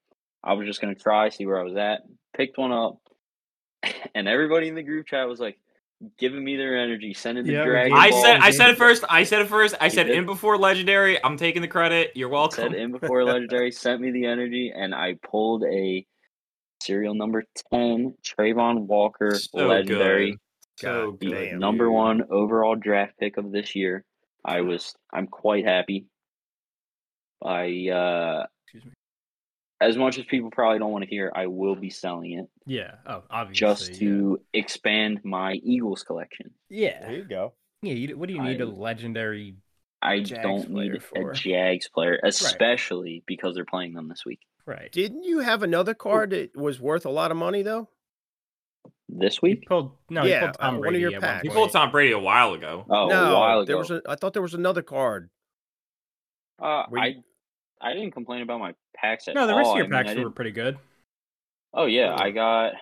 Speaker 3: I was just gonna try, see where I was at. Picked one up, (laughs) and everybody in the group chat was like giving me their energy, sending the
Speaker 1: Yeah, we
Speaker 3: dragon.
Speaker 1: did.
Speaker 2: I
Speaker 1: Ball,
Speaker 2: said, I
Speaker 1: dude.
Speaker 2: said it first. I said it first. I
Speaker 3: You
Speaker 2: said
Speaker 3: did.
Speaker 2: in before legendary. I'm taking the credit. You're
Speaker 3: said
Speaker 2: welcome.
Speaker 3: in before legendary sent me the energy and I pulled a serial number 10 Trayvon Walker
Speaker 2: So
Speaker 3: legendary
Speaker 2: good. So
Speaker 4: God
Speaker 2: good.
Speaker 3: the
Speaker 4: Damn,
Speaker 3: number
Speaker 2: dude.
Speaker 3: 1 overall draft pick of this year. I was I'm quite happy. I uh
Speaker 1: Excuse me.
Speaker 3: as much as people probably don't want to hear, I will be selling it
Speaker 1: Yeah. Oh, obviously.
Speaker 3: just to expand my Eagles collection.
Speaker 1: Yeah.
Speaker 4: There
Speaker 1: Yeah.
Speaker 4: you go.
Speaker 1: yeah you, what do you need a
Speaker 3: I-
Speaker 1: legendary?
Speaker 3: I
Speaker 1: Jags
Speaker 3: don't
Speaker 1: player
Speaker 3: need
Speaker 1: for-
Speaker 3: a Jags player, especially because they're playing them this week.
Speaker 1: Right.
Speaker 4: Didn't you have another card that was worth a lot of money though?
Speaker 3: This
Speaker 1: You
Speaker 3: week?
Speaker 1: pulled no.
Speaker 4: Yeah,
Speaker 1: you pulled Tom
Speaker 4: uh, one of
Speaker 1: Brady
Speaker 4: your
Speaker 1: at
Speaker 4: packs.
Speaker 2: He
Speaker 1: point.
Speaker 2: pulled Tom Brady a while ago.
Speaker 3: Oh,
Speaker 4: no,
Speaker 3: a while ago.
Speaker 4: there was. A, I thought there was another card.
Speaker 3: Uh,
Speaker 4: Were you-
Speaker 3: I I didn't complain about my packs at
Speaker 1: No, the
Speaker 3: all.
Speaker 1: rest of
Speaker 3: I
Speaker 1: your
Speaker 3: mean, I
Speaker 1: packs were
Speaker 3: didn't-
Speaker 1: pretty good. (laughs)
Speaker 3: Oh yeah, I got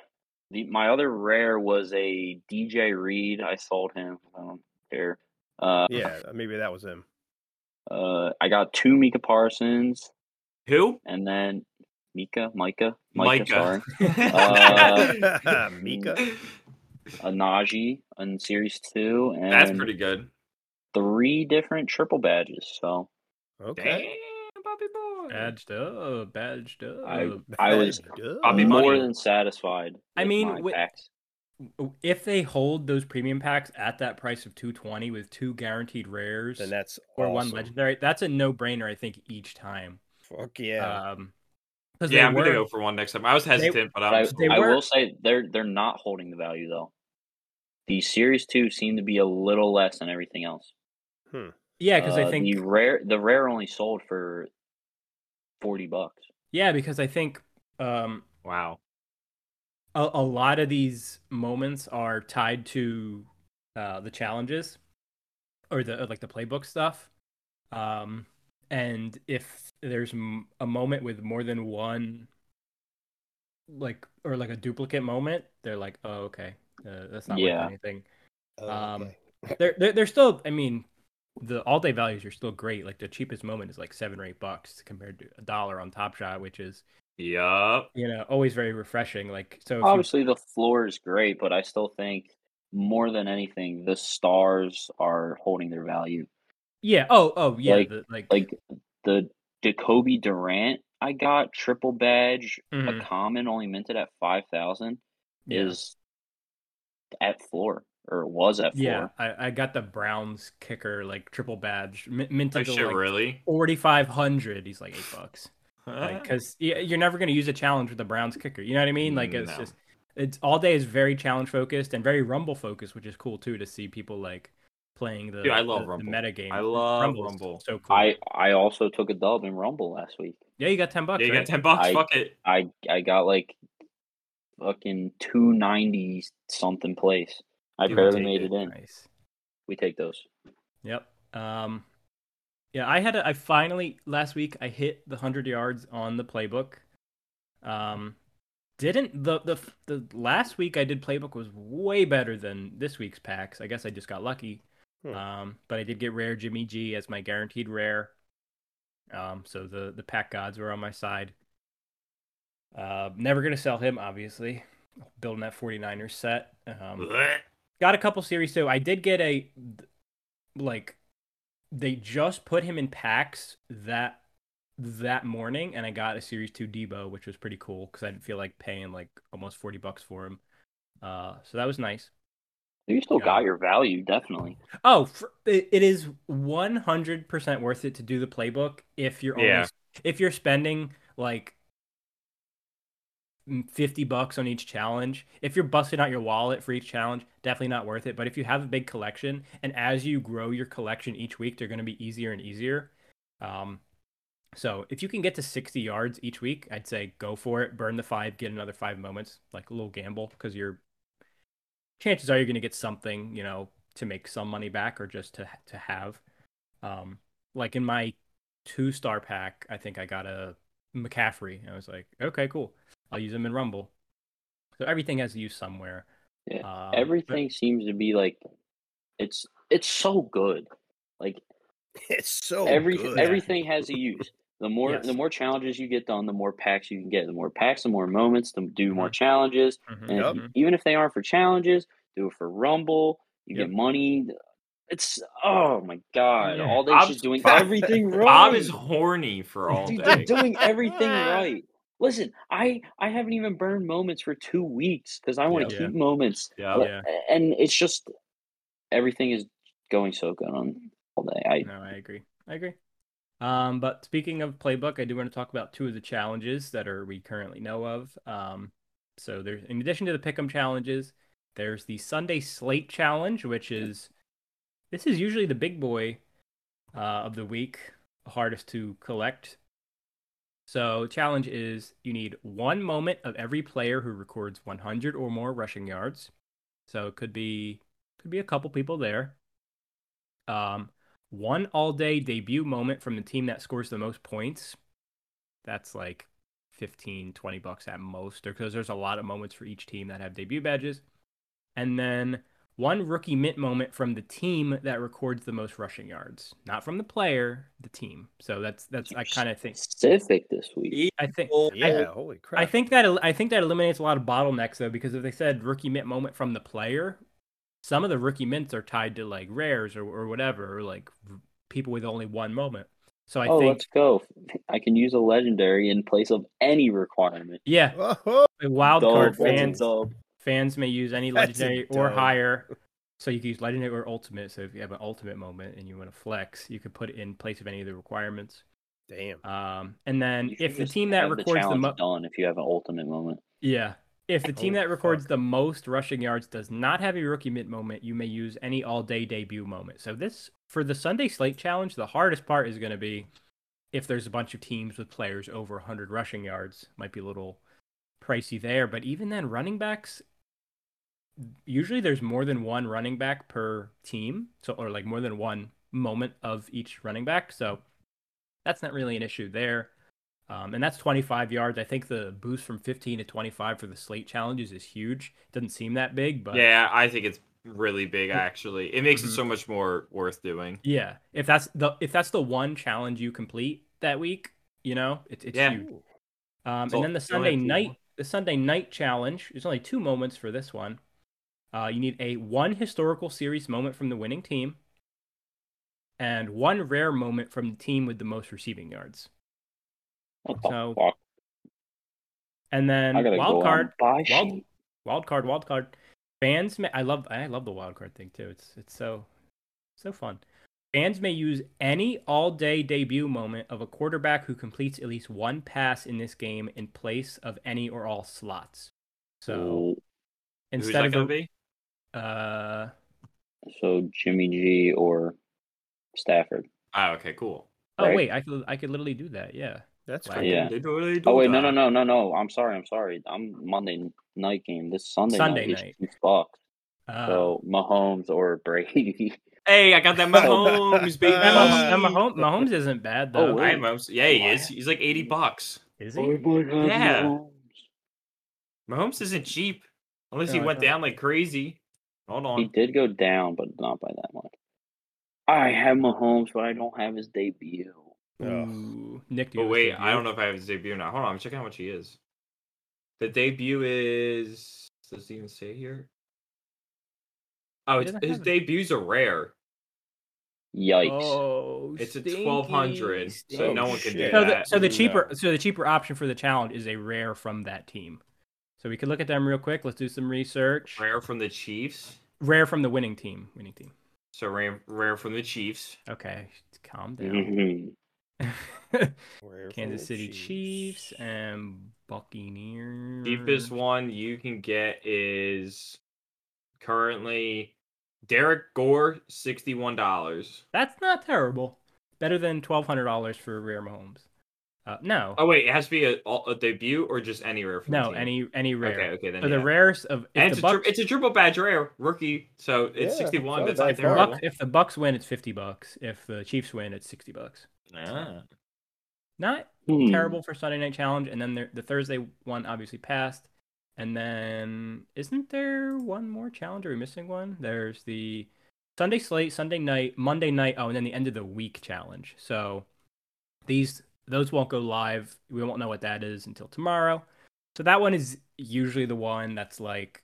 Speaker 3: the my other rare was a DJ Reed. I sold him. I don't care. Uh,
Speaker 4: Yeah, maybe that was him.
Speaker 3: uh, I got two Mika Parsons,
Speaker 2: Who?
Speaker 3: and then Mika, Micah, Micah,
Speaker 2: Micah.
Speaker 3: sorry, (laughs) Uh,
Speaker 4: (laughs) Mika.
Speaker 3: a Najee in Series Two, and
Speaker 2: That's pretty good.
Speaker 3: three different triple badges. So
Speaker 2: Damn,
Speaker 4: Okay.
Speaker 2: Bobby boy.
Speaker 1: Badged up. Badged up.
Speaker 4: (laughs)
Speaker 3: I was-
Speaker 4: Good.
Speaker 2: Bobby
Speaker 3: more
Speaker 2: Money.
Speaker 3: than satisfied.
Speaker 1: I
Speaker 3: with
Speaker 1: mean,
Speaker 3: my
Speaker 1: wi-
Speaker 3: packs.
Speaker 1: if they hold those premium packs at that price of 220 with two guaranteed rares
Speaker 4: Then that's
Speaker 1: or one
Speaker 4: awesome.
Speaker 1: legendary that's a no-brainer i think each time
Speaker 4: Fuck yeah.
Speaker 1: um because
Speaker 2: Yeah,
Speaker 1: they
Speaker 2: I'm
Speaker 1: were
Speaker 2: gonna go for one next time. I was hesitant, but
Speaker 3: But
Speaker 2: I'm.
Speaker 3: I,
Speaker 2: just-
Speaker 1: Oh, They
Speaker 3: I
Speaker 1: were-
Speaker 3: will say they're they're not holding the value though. The series two seemed to be a little less than everything else.
Speaker 4: Hmm.
Speaker 1: yeah because
Speaker 3: Uh,
Speaker 1: i think
Speaker 3: the rare the rare only sold for forty bucks.
Speaker 1: yeah because i think um
Speaker 2: wow.
Speaker 1: a, a lot of these moments are tied to uh the challenges or the like the playbook stuff um and if there's m- a moment with more than one like or like a duplicate moment they're like oh okay uh, that's not
Speaker 3: Yeah.
Speaker 1: worth anything
Speaker 4: Oh,
Speaker 1: um,
Speaker 4: okay. (laughs)
Speaker 1: they're, they're they're still i mean the all day values are still great like the cheapest moment is like seven or eight bucks compared to a dollar on top shot which is
Speaker 2: Yup.
Speaker 1: you know always very refreshing like so if you,
Speaker 3: Obviously, the floor is great, but I still think more than anything, the stars are holding their value.
Speaker 1: yeah oh oh yeah
Speaker 3: Like-
Speaker 1: the, like
Speaker 3: Like the Jacoby Durant, I got triple badge,
Speaker 2: Mm-hmm.
Speaker 1: mhm,
Speaker 3: a common only minted at five thousand
Speaker 1: yeah.
Speaker 3: is at floor or was at floor.
Speaker 1: Yeah, I, I got the Browns kicker like triple badge min- minted
Speaker 2: Like
Speaker 1: to
Speaker 2: Oh, shit,
Speaker 1: like
Speaker 2: really?
Speaker 1: forty five hundred. He's like eight
Speaker 2: (sighs)
Speaker 1: bucks, because you're never gonna use a challenge with the Browns kicker. You know what I mean? Like it's
Speaker 2: No.
Speaker 1: just it's all day is very challenge focused and very rumble focused, which is cool too to see people like playing the
Speaker 2: Dude, I love
Speaker 1: the- the
Speaker 2: Rumble.
Speaker 1: meta game.
Speaker 2: I love
Speaker 1: Rumble's
Speaker 2: Rumble.
Speaker 1: So cool.
Speaker 3: I I also took a dub in Rumble last week.
Speaker 1: yeah, you got ten bucks.
Speaker 2: yeah, you
Speaker 1: right?
Speaker 2: got ten bucks.
Speaker 3: I-
Speaker 2: Fuck it.
Speaker 3: I I got like fucking two ninety something place. I
Speaker 2: Dude,
Speaker 3: barely
Speaker 2: take
Speaker 3: made it in.
Speaker 1: Nice.
Speaker 3: We take those.
Speaker 1: Yep. Um, yeah, I had a, I finally last week I hit the hundred yards on the playbook. Um, didn't the the the last week I did playbook was way better than this week's packs. I guess I just got lucky.
Speaker 4: Hmm.
Speaker 1: Um, but I did get rare Jimmy G as my guaranteed rare. Um, so the the pack gods were on my side. Uh, never gonna sell him, obviously. Building that 49ers set. Um,
Speaker 2: Blech.
Speaker 1: got a couple series too. I did get a like they just put him in packs that that morning, and I got a series two Debo, which was pretty cool because I didn't feel like paying like almost forty bucks for him. Uh, so that was nice.
Speaker 3: You still
Speaker 1: Yeah.
Speaker 3: got your value, definitely.
Speaker 1: Oh, fr- it it is one hundred percent worth it to do the playbook if you're only
Speaker 2: Yeah.
Speaker 1: if you're spending like 50 bucks on each challenge, if you're busting out your wallet for each challenge, definitely not worth it. But if you have a big collection and as you grow your collection each week, they're going to be easier and easier. Um, so if you can get to 60 yards each week, I'd say go for it, burn the five, get another five moments, like a little gamble, because your chances are you're going to get something, you know, to make some money back or just to to have. Um, like in my two star pack, I think I got a McCaffrey. I was like, okay, cool. I'll use him in Rumble. So everything has use somewhere.
Speaker 3: Yeah,
Speaker 1: Um, but-
Speaker 3: Everything seems to be like it's it's so good. Like
Speaker 4: It's so
Speaker 3: every
Speaker 4: good.
Speaker 3: everything has a use. The more
Speaker 1: Yes.
Speaker 3: the more challenges you get done, the more packs you can get. The more packs, the more moments to do more challenges.
Speaker 1: Mhm.
Speaker 3: And
Speaker 4: Yep.
Speaker 3: if- even if they aren't for challenges, do it for Rumble. You
Speaker 1: Yep.
Speaker 3: get money. It's oh my god!
Speaker 1: Yeah.
Speaker 3: All day
Speaker 2: Bob's-
Speaker 3: she's
Speaker 1: (laughs)
Speaker 3: doing
Speaker 2: Bob-
Speaker 3: everything right.
Speaker 2: Bob is horny for all
Speaker 3: Dude,
Speaker 2: day.
Speaker 3: they're doing
Speaker 1: (laughs)
Speaker 3: everything right. Listen, I I haven't even burned moments for two weeks because I want
Speaker 1: Yeah.
Speaker 3: to keep moments.
Speaker 2: Yeah.
Speaker 3: But-
Speaker 1: Yeah.
Speaker 3: And it's just everything is going so good on all day. I
Speaker 1: No, I agree. I agree. Um, but speaking of playbook, I do want to talk about two of the challenges that are we currently know of. Um, so there's in addition to the pick'em challenges, there's the Sunday slate challenge, which is this is usually the big boy uh, of the week, hardest to collect. So challenge is you need one moment of every player who records 100 or more rushing yards. So it could be could be a couple people there. Um, one all day debut moment from the team that scores the most points. That's like 15, 20 bucks at most, because there's a lot of moments for each team that have debut badges. And then one rookie mint moment from the team that records the most rushing yards, not from the player, the team. So that's that's I kind of think
Speaker 3: specific this week.
Speaker 1: I think
Speaker 4: yeah, holy crap.
Speaker 1: I think that I think that eliminates a lot of bottlenecks though, because if they said rookie mint moment from the player, some of the rookie mints are tied to like rares or, or whatever, or like r- people with only one moment. So I
Speaker 3: oh,
Speaker 1: think
Speaker 3: let's go! (laughs) I can use a legendary in place of any requirement.
Speaker 1: yeah,
Speaker 4: Oh,
Speaker 1: wild
Speaker 3: Dub,
Speaker 1: card
Speaker 3: that's a
Speaker 1: fans
Speaker 3: dub.
Speaker 1: fans may use any
Speaker 4: That's a
Speaker 1: legendary or
Speaker 4: dub.
Speaker 1: higher. So you can use legendary or ultimate. So if you have an ultimate moment and you want to flex, you could put it in place of any of the requirements.
Speaker 4: damn.
Speaker 1: Um, and then
Speaker 3: You should
Speaker 1: if the
Speaker 3: just
Speaker 1: team that
Speaker 3: have
Speaker 1: records the
Speaker 3: challenge
Speaker 1: mo-
Speaker 3: done, if you have an ultimate moment,
Speaker 1: Yeah. If the team
Speaker 4: Holy
Speaker 1: that records
Speaker 4: fuck.
Speaker 1: the most rushing yards does not have a rookie mint moment, you may use any all day debut moment. So, this for the Sunday slate challenge, the hardest part is going to be if there's a bunch of teams with players over 100 rushing yards, might be a little pricey there. But even then, running backs usually there's more than one running back per team, so or like more than one moment of each running back. So, that's not really an issue there. Um, and that's 25 yards. I think the boost from 15 to 25 for the slate challenges is huge. Doesn't seem that big, but
Speaker 2: Yeah, I think it's really big. Actually, it Mm-hmm. makes
Speaker 1: Mhm.
Speaker 2: it so much more worth doing.
Speaker 1: yeah. If that's the if that's the one challenge you complete that week, you know, it's it's
Speaker 2: Yeah.
Speaker 1: huge. Um,
Speaker 2: So
Speaker 1: and then the
Speaker 2: you
Speaker 1: Sunday
Speaker 2: only have two
Speaker 1: night,
Speaker 2: more.
Speaker 1: the Sunday night challenge. There's only two moments for this one. Uh, you need a one historical series moment from the winning team, and one rare moment from the team with the most receiving yards.
Speaker 3: what the
Speaker 1: So,
Speaker 3: fuck?
Speaker 1: And then
Speaker 3: I gotta
Speaker 1: wild
Speaker 3: go out
Speaker 1: card,
Speaker 3: and buy
Speaker 1: wild,
Speaker 3: (laughs) shit.
Speaker 1: wild card, wild card. Fans, may, I love, I love the wild card thing too. It's it's so, so fun. Fans may use any all-day debut moment of a quarterback who completes at least one pass in this game in place of any or all slots. So
Speaker 3: So,
Speaker 2: Who's
Speaker 1: instead
Speaker 2: that
Speaker 1: of
Speaker 2: gonna
Speaker 1: a,
Speaker 2: be?
Speaker 1: uh,
Speaker 3: so Jimmy G or Stafford.
Speaker 2: Oh, okay, cool.
Speaker 1: oh
Speaker 3: Right.
Speaker 1: wait, I could I could literally do that. Yeah,
Speaker 4: That's
Speaker 1: Wow.
Speaker 4: cool.
Speaker 3: Yeah.
Speaker 2: They totally do
Speaker 3: Oh wait, no,
Speaker 2: that.
Speaker 3: no, no, no, no. I'm sorry, I'm sorry. I'm Monday night game. This Sunday,
Speaker 1: Sunday
Speaker 3: night,
Speaker 1: night.
Speaker 3: is Chiefs Bucks.
Speaker 1: uh,
Speaker 3: So Mahomes or (laughs) Brady.
Speaker 2: Hey, I got (laughs) that Mahomes baby.
Speaker 1: and Mahomes,
Speaker 4: Uh,
Speaker 1: and Mahomes, Mahomes isn't bad
Speaker 3: Oh,
Speaker 1: though.
Speaker 2: I am Mahomes. Yeah, he is. He's like eighty bucks.
Speaker 1: Is
Speaker 3: I
Speaker 1: he?
Speaker 3: would have
Speaker 2: Yeah.
Speaker 3: Mahomes.
Speaker 2: Mahomes isn't cheap unless he
Speaker 1: No, I
Speaker 2: went
Speaker 1: know.
Speaker 2: down like crazy. Hold
Speaker 3: He
Speaker 2: on.
Speaker 3: did go down, but not by that much. I have Mahomes, but I don't have his debut.
Speaker 4: Ugh.
Speaker 1: Ooh, Nick, do you have his
Speaker 2: But Oh, wait, I
Speaker 1: debut?
Speaker 2: don't know if I have his debut or not. Hold on, I'm checking how much he is. The debut is does it even say here? Oh, it's,
Speaker 1: doesn't
Speaker 2: his
Speaker 1: have it.
Speaker 2: debut's a rare.
Speaker 3: Yikes. (laughs)
Speaker 1: Oh,
Speaker 2: It's at
Speaker 1: stinky,
Speaker 2: 1200, so no
Speaker 1: stinky.
Speaker 2: one can do
Speaker 4: shit.
Speaker 1: So the,
Speaker 2: that. uh,
Speaker 1: so the
Speaker 4: No.
Speaker 1: cheaper so the cheaper option for the challenge is a rare from that team. So we could look at them real quick. Let's do some research. Rare,
Speaker 2: Rare from the Chiefs.
Speaker 1: from the winning team. Winning team.
Speaker 2: So rare, rare from the Chiefs.
Speaker 1: Okay, calm down.
Speaker 3: Mhm.
Speaker 2: Mm-hmm.
Speaker 4: Where
Speaker 1: (laughs) Kansas
Speaker 4: from
Speaker 1: City Chiefs. and Buccaneers.
Speaker 2: Deepest one you can get is currently Derek Gore, sixty-one dollars.
Speaker 1: That's not terrible. Better than twelve hundred dollars for Rare Mahomes. Uh, no,
Speaker 2: Oh wait, it has to be a, a debut or just any rare. From the
Speaker 1: no,
Speaker 2: team?
Speaker 1: any any rare.
Speaker 2: Okay, okay, then
Speaker 1: But
Speaker 2: yeah.
Speaker 1: the rarest of
Speaker 2: And
Speaker 1: if
Speaker 2: it's,
Speaker 1: the,
Speaker 2: a tri-
Speaker 1: Bucks,
Speaker 2: it's a triple badge rare rookie, so it's
Speaker 4: Yeah,
Speaker 2: sixty-one.
Speaker 4: so
Speaker 2: But it's
Speaker 1: if
Speaker 2: not
Speaker 4: by
Speaker 1: the Bucks
Speaker 2: terrible.
Speaker 1: if the Bucks win, it's fifty bucks. If the Chiefs win, it's sixty bucks.
Speaker 2: Ah.
Speaker 1: Not
Speaker 3: Hmm.
Speaker 1: terrible for Sunday Night Challenge, and then there, the Thursday one obviously passed. And then isn't there one more challenge? Are we missing one? There's the Sunday slate, Sunday night, Monday night. Oh, and then the end of the week challenge. So these those won't go live. We won't know what that is until tomorrow. So that one is usually the one that's like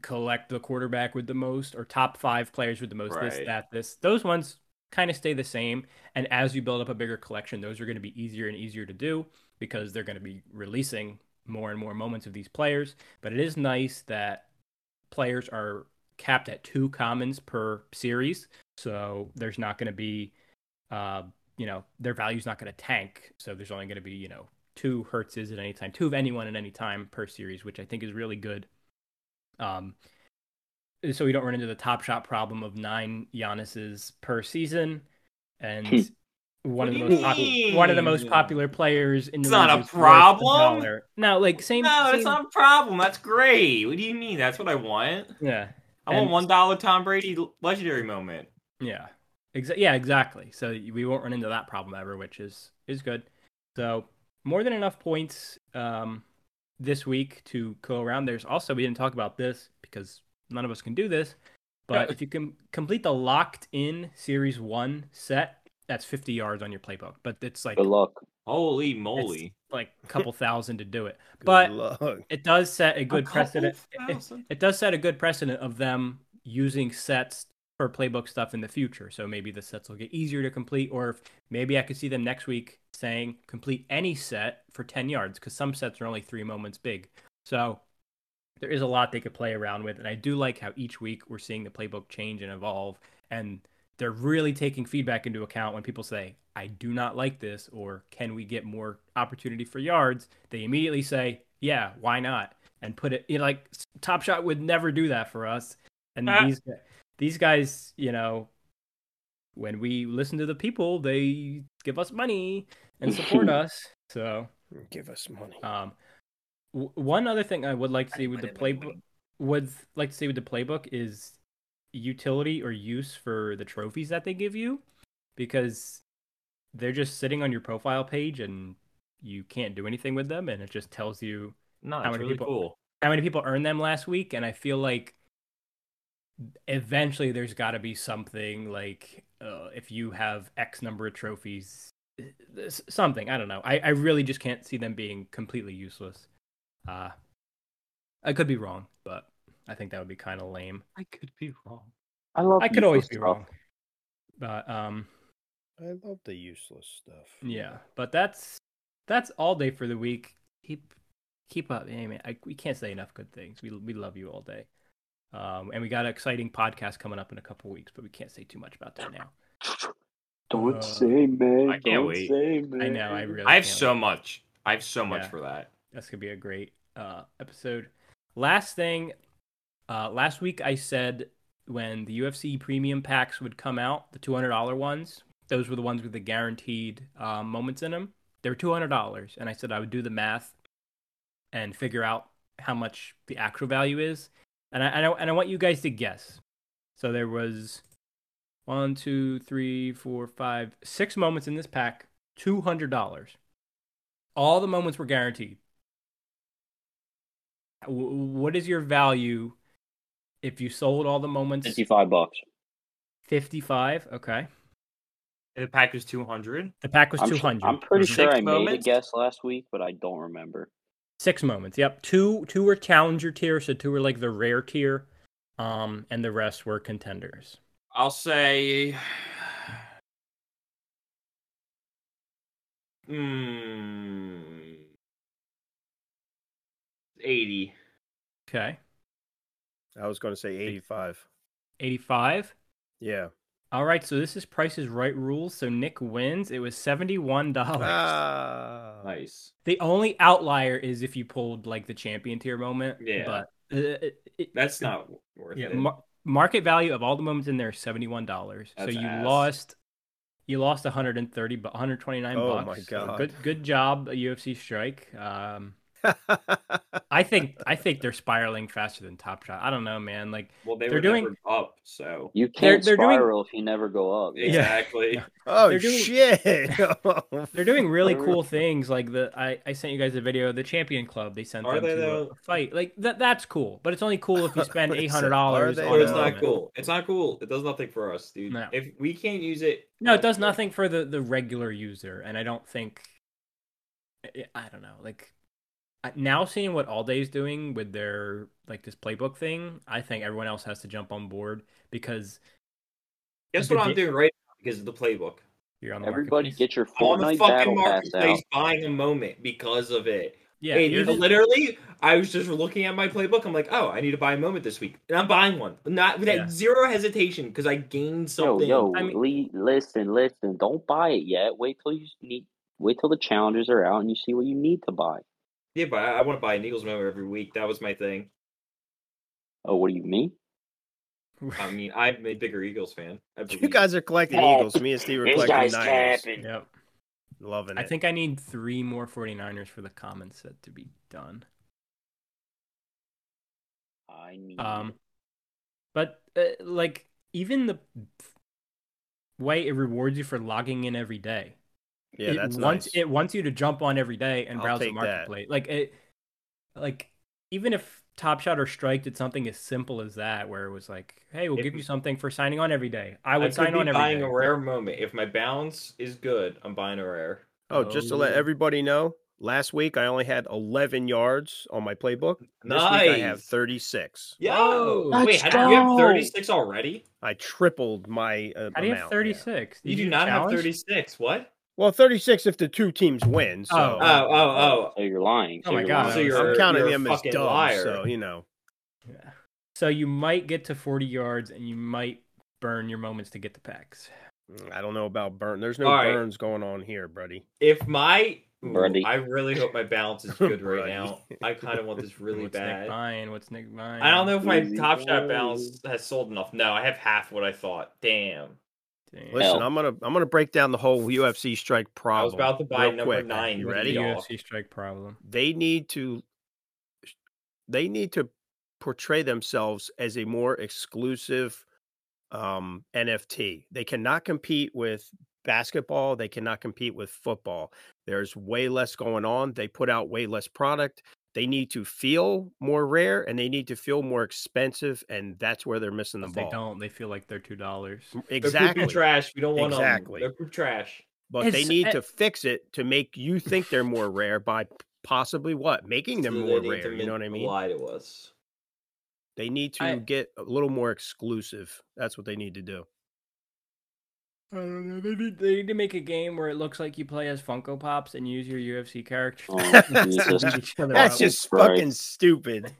Speaker 1: collect the quarterback with the most or top five players with the most this
Speaker 2: Right.
Speaker 1: that this. Those ones kind of stay the same. And as you build up a bigger collection, those are going to be easier and easier to do because they're going to be releasing more and more moments of these players. But it is nice that players are capped at two commons per series. So there's not going to be, uh, you know, their value's not going to tank. So there's only going to be, you know, two Hertzes at any time, two of anyone at any time per series, which I think is really good. Um, so we don't run into the top shot problem of nine Giannis's per season, and one of the
Speaker 2: What do
Speaker 1: most
Speaker 2: you
Speaker 1: popu- one of the most
Speaker 2: mean?
Speaker 1: popular players in the
Speaker 2: It's not a
Speaker 1: league is worth
Speaker 2: problem.
Speaker 1: dollar. No, like same.
Speaker 2: No,
Speaker 1: same-
Speaker 2: it's not a problem. That's great. What do you mean? That's what I want.
Speaker 1: Yeah,
Speaker 2: I want
Speaker 1: And-
Speaker 2: one dollar Tom Brady legendary moment.
Speaker 1: Yeah. Exa- yeah, exactly. So we won't run into that problem ever, which is is good. So more than enough points um, this week to go around. There's also we didn't talk about this because none of us can do this, but
Speaker 2: Yeah.
Speaker 1: if you can complete the locked in series one set, that's 50 yards on your playbook. But it's like
Speaker 3: Good luck.
Speaker 2: Holy moly!
Speaker 1: like a
Speaker 2: (laughs)
Speaker 1: couple thousand to do it.
Speaker 4: Good
Speaker 1: But
Speaker 4: luck. (laughs)
Speaker 1: it does set a
Speaker 2: A
Speaker 1: good
Speaker 2: couple
Speaker 1: precedent. it-
Speaker 2: thousand.
Speaker 1: it does set a good precedent of them using sets for playbook stuff in the future. So maybe the sets will get easier to complete, or if, maybe I could see them next week saying complete any set for 10 yards because some sets are only three moments big. So there is a lot they could play around with. And I do like how each week we're seeing the playbook change and evolve. And they're really taking feedback into account when people say, I do not like this, or can we get more opportunity for yards? They immediately say, Yeah, why not? And put it, you know, like Top Shot would never do that for us. And
Speaker 2: Ah.
Speaker 1: these these guys, you know, when we listen to the people, they give us money and support us. So,
Speaker 4: Give us money.
Speaker 1: um, w- one other thing I would like to see with the playbook would like to see with the playbook is utility or use for the trophies that they give you because they're just sitting on your profile page and you can't do anything with them and it just tells you
Speaker 2: No,
Speaker 1: How
Speaker 2: it's
Speaker 1: many
Speaker 2: really
Speaker 1: people-
Speaker 2: cool.
Speaker 1: how many people earned them last week and i feel like eventually there's got to be something like uh, if you have x number of trophies eh, eh, something i don't know I, I really just can't see them being completely useless uh i could be wrong but i think that would be kind of lame
Speaker 2: I could be wrong.
Speaker 3: I love.
Speaker 1: i could always be
Speaker 3: useless
Speaker 1: wrong
Speaker 3: stuff.
Speaker 1: but um
Speaker 4: I love the useless stuff.
Speaker 1: yeah but that's that's all day for the week keep keep up hey man I, we can't say enough good things we, we love you all day um and we got an exciting podcast coming up in a couple weeks but we can't say too much about that now
Speaker 3: Don't
Speaker 1: Uh,
Speaker 3: say, man.
Speaker 2: I can't
Speaker 3: Don't
Speaker 2: wait.
Speaker 3: Say, man.
Speaker 1: i know i really
Speaker 2: Mm, I have
Speaker 1: can't.
Speaker 2: so much. I have so much
Speaker 1: Yeah.
Speaker 2: for that.
Speaker 1: that's gonna be a great uh, episode. Last thing, uh, last week I said when the UFC premium packs would come out, the two hundred dollar ones, those were the ones with the guaranteed uh, moments in them. They were two hundred dollars, and I said I would do the math and figure out how much the actual value is, and I and I, and I want you guys to guess. So there was one, two, three, four, five, six moments in this pack, two hundred dollars. All the moments were guaranteed. W- What is your value if you sold all the moments?
Speaker 3: Fifty-five bucks.
Speaker 1: 55. Okay.
Speaker 2: And the pack is two hundred.
Speaker 1: The pack was
Speaker 3: I'm,
Speaker 1: 200.
Speaker 3: Sure, I'm pretty
Speaker 2: Mhm.
Speaker 3: sure
Speaker 2: Six
Speaker 3: I made a
Speaker 2: moments?
Speaker 3: guess last week, but I don't remember.
Speaker 1: Six moments. Yep. Two two were challenger tier, so two were like the rare tier. Um and the rest were contenders.
Speaker 2: I'll say. (sighs) Hmm. Eighty.
Speaker 1: Okay.
Speaker 4: I was going to say 85.
Speaker 1: 85.
Speaker 4: Yeah.
Speaker 1: All right, so this is Price is Right rules. So Nick wins. It was seventy-one dollars.
Speaker 4: Ah.
Speaker 2: Nice.
Speaker 1: the only outlier is if you pulled like the champion tier moment.
Speaker 2: Yeah.
Speaker 1: but uh, it, it-
Speaker 2: That's not worth
Speaker 1: yeah,
Speaker 2: it.
Speaker 1: mar- market value of all the moments in there is seventy-one dollars. So
Speaker 2: That's
Speaker 1: you
Speaker 2: ass.
Speaker 1: lost, you lost one hundred and thirty, but one hundred twenty-nine
Speaker 4: Oh my
Speaker 1: bucks. So
Speaker 4: God.
Speaker 1: Good, good job, UFC strike. Um, I think I think they're spiraling faster than Top Shot. I don't know, man. Like
Speaker 2: well, they
Speaker 1: They're
Speaker 2: were
Speaker 1: doing-
Speaker 2: never up, so
Speaker 3: You can't
Speaker 1: they're doing-
Speaker 3: spiral if you never go up.
Speaker 2: exactly.
Speaker 1: Yeah.
Speaker 4: (laughs) oh
Speaker 1: They're doing-
Speaker 4: shit! (laughs) Oh,
Speaker 1: (laughs) they're
Speaker 2: (laughs)
Speaker 1: doing really
Speaker 3: They're-
Speaker 1: cool things. Like the I, I sent you guys a video of the Champion Club. They sent
Speaker 2: Are
Speaker 1: them
Speaker 2: they,
Speaker 1: to a-
Speaker 2: though?
Speaker 1: a fight. Like that that's cool, but it's only cool
Speaker 2: (laughs)
Speaker 1: if you spend
Speaker 4: Are they-
Speaker 1: eight hundred dollars.
Speaker 4: are they,
Speaker 2: Or it's
Speaker 4: No.
Speaker 2: not cool. It's not cool. It does nothing for us, dude.
Speaker 1: No.
Speaker 2: If we can't use it,
Speaker 1: No, it does nothing for the the regular user, and I don't think. I- I don't know. Like I- now, seeing what All Day's doing with their like this playbook thing, I think everyone else has to jump on board because
Speaker 2: Guess what
Speaker 1: Did
Speaker 2: I'm
Speaker 1: they-
Speaker 2: doing right now because of the playbook.
Speaker 1: you're on the
Speaker 3: Everybody
Speaker 1: marketplace.
Speaker 3: get your
Speaker 2: I'm on the
Speaker 3: Fortnite
Speaker 2: fucking
Speaker 3: battle pass out.
Speaker 2: marketplace buying a moment because of it.
Speaker 1: yeah.
Speaker 2: and you
Speaker 1: here's-
Speaker 2: literally, I was just looking at my playbook. I'm like, oh, I need to buy a moment this week, and I'm buying one. Not with
Speaker 1: Yeah.
Speaker 2: that zero hesitation because I gained
Speaker 3: Yo,
Speaker 2: something.
Speaker 3: yo,
Speaker 1: I mean-
Speaker 3: Lee, listen, listen. Don't buy it yet. Wait till you need. Wait till the challenges are out and you see what you need to buy.
Speaker 2: Yeah, but I, I want to buy an Eagles moment every week. That was my thing.
Speaker 3: Oh, what do you mean?
Speaker 2: I mean, I'm a bigger Eagles fan. I
Speaker 4: you
Speaker 2: believe.
Speaker 4: guys are collecting
Speaker 3: Hey,
Speaker 4: eagles. Me and Steve are collecting niners.
Speaker 1: Yep.
Speaker 4: Loving it.
Speaker 1: I think I need three more 49ers for the common set to be done.
Speaker 3: I need.
Speaker 1: Um, but uh, like even the way it rewards you for logging in every day,
Speaker 4: yeah,
Speaker 1: it
Speaker 4: that's
Speaker 1: wants
Speaker 4: nice.
Speaker 1: it wants you to jump on every day and
Speaker 4: I'll
Speaker 1: browse the
Speaker 4: take that.
Speaker 1: marketplace. Like it, like even if Top Shot or Strike did something as simple as that, where it was like, "Hey, we'll
Speaker 2: If-
Speaker 1: give you something for signing on every day." I
Speaker 2: I
Speaker 1: would
Speaker 2: would
Speaker 1: sign
Speaker 2: be
Speaker 1: on every day.
Speaker 2: buying a rare moment if my balance is good. I'm buying a rare.
Speaker 4: oh, just to let
Speaker 1: Oh.
Speaker 4: everybody know, last week I only had 11 yards on my playbook. This week I have
Speaker 2: Nice.
Speaker 4: 36.
Speaker 2: Yo,
Speaker 1: Let's
Speaker 2: wait, how do you have
Speaker 3: go.
Speaker 2: 36 already?
Speaker 4: I tripled my uh,
Speaker 1: How do you have
Speaker 4: amount, yeah.
Speaker 1: thirty six?
Speaker 2: You do not have 36. What?
Speaker 4: Well, 36 if the two teams win. So
Speaker 1: Oh.
Speaker 2: Oh, oh, oh.
Speaker 3: so you're lying. So
Speaker 1: Oh my
Speaker 3: you're
Speaker 1: God.
Speaker 3: lying.
Speaker 2: So
Speaker 1: (laughs)
Speaker 2: you're-
Speaker 4: I'm counting
Speaker 2: you're a
Speaker 4: them as
Speaker 2: fucking
Speaker 4: dumb.
Speaker 2: liar.
Speaker 4: So you know,
Speaker 1: Yeah. So you might get to 40 yards and you might burn your moments to get the packs.
Speaker 4: Mm, I don't know about burn. There's no
Speaker 2: All right.
Speaker 4: burns going on here, buddy.
Speaker 2: If my. Ooh,
Speaker 3: Brody.
Speaker 2: I really hope my balance is good right
Speaker 4: Brody.
Speaker 2: now. I kind of want this really
Speaker 1: What's Nick
Speaker 2: bad.
Speaker 1: buying? What's Nick buying?
Speaker 2: I don't know if my
Speaker 3: Easy
Speaker 2: Top Shot
Speaker 3: boy.
Speaker 2: balance has sold enough. No, I have half what I thought. Damn.
Speaker 1: Damn.
Speaker 4: Listen,
Speaker 3: Hell.
Speaker 4: I'm gonna I'm gonna break down the whole UFC strike problem.
Speaker 2: about to buy
Speaker 4: real
Speaker 2: number
Speaker 4: quick.
Speaker 2: nine.
Speaker 4: You
Speaker 1: Look at
Speaker 4: ready?
Speaker 1: The
Speaker 2: y'all.
Speaker 1: UFC strike problem.
Speaker 4: They need to they need to portray themselves as a more exclusive um, NFT. They cannot compete with basketball. They cannot compete with football. There's way less going on. They put out way less product. They need to feel more rare and they need to feel more expensive, and that's where they're missing the
Speaker 1: If they
Speaker 4: ball.
Speaker 1: don't, they feel like they're two dollars.
Speaker 2: (laughs) They're
Speaker 4: Exactly.
Speaker 2: poop trash. We don't want 'em.
Speaker 4: Exactly.
Speaker 2: They're poop trash.
Speaker 4: but they
Speaker 1: It's-
Speaker 4: need
Speaker 1: uh,
Speaker 4: to fix it to make you think they're more rare by possibly what making them
Speaker 2: So they
Speaker 4: more
Speaker 2: need to
Speaker 4: rare. You
Speaker 2: mint
Speaker 4: know what I
Speaker 2: the
Speaker 4: mean?
Speaker 2: Lie to us.
Speaker 4: They need to
Speaker 1: I-
Speaker 4: get a little more exclusive. That's what they need to do.
Speaker 1: I don't know. They need, they need to make a game where it looks like you play as Funko Pops and use your UFC character. (laughs)
Speaker 3: Oh, (laughs) Jesus.
Speaker 1: Beat each other
Speaker 4: That's
Speaker 1: up.
Speaker 4: just
Speaker 3: Right.
Speaker 4: fucking stupid.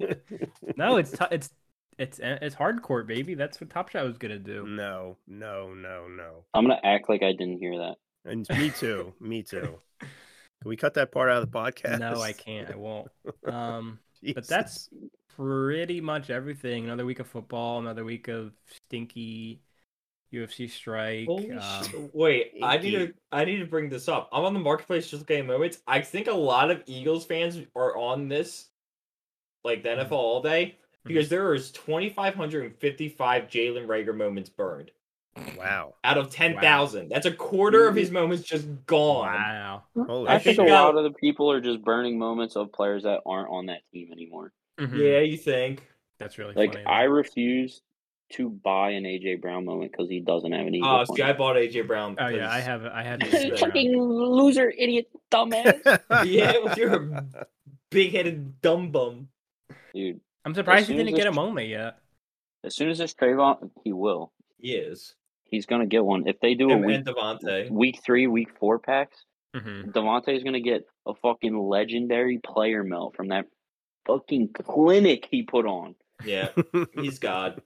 Speaker 1: no. It's t- it's it's it's hardcore, baby. That's what Top Shot was gonna do.
Speaker 4: no, no, no, no.
Speaker 3: I'm gonna act like I didn't hear that.
Speaker 4: And me too. me too. Can we cut that part out of the podcast?
Speaker 1: No, I
Speaker 4: (laughs)
Speaker 1: can't. I won't. Um. But
Speaker 4: Jesus.
Speaker 1: that's pretty much everything. Another week of football, another week of stinky UFC strike.
Speaker 2: Holy
Speaker 1: um,
Speaker 2: shit. Wait, I need
Speaker 4: Inky.
Speaker 2: to I need to bring this up. I'm on the marketplace just looking at moments. I think a lot of Eagles fans are on this, like the
Speaker 1: Mhm.
Speaker 2: NFL all day,
Speaker 1: Mm-hmm.
Speaker 2: because there is 2,555 Jalen Rager moments burned
Speaker 4: wow.
Speaker 2: out of 10,000. That's a quarter of his moments just gone.
Speaker 1: Wow.
Speaker 4: Holy
Speaker 3: I
Speaker 2: I
Speaker 3: think a (laughs)
Speaker 2: think
Speaker 4: shit. (laughs)
Speaker 2: that-
Speaker 3: lot of the people are just burning moments of players that aren't on that team anymore.
Speaker 1: Mhm.
Speaker 2: Yeah, you think?
Speaker 1: That's really
Speaker 3: Like
Speaker 1: funny.
Speaker 3: I refuse to buy an AJ Brown moment because he doesn't have an Eagle.
Speaker 2: Oh,
Speaker 3: point.
Speaker 2: see, I bought AJ Brown.
Speaker 1: Oh yeah, I
Speaker 2: 'cause-
Speaker 1: have I had uh,
Speaker 2: You
Speaker 1: fucking
Speaker 3: loser, idiot, dumbass.
Speaker 2: (laughs)
Speaker 4: (laughs)
Speaker 2: Yeah, well, you're a big-headed dumb bum.
Speaker 3: (laughs) Dude,
Speaker 1: I'm surprised you
Speaker 3: soon as
Speaker 1: didn't
Speaker 3: this-
Speaker 1: get a moment yet.
Speaker 3: as soon as this Trayvon, he will.
Speaker 2: He is.
Speaker 3: He's gonna get one if they do a
Speaker 2: Him
Speaker 3: week,
Speaker 2: and Devontae.
Speaker 3: week three, week four packs.
Speaker 1: Mhm.
Speaker 3: Mm-hmm. Devontae's gonna get a fucking legendary player melt from that fucking clinic he put on.
Speaker 2: Yeah, he's God.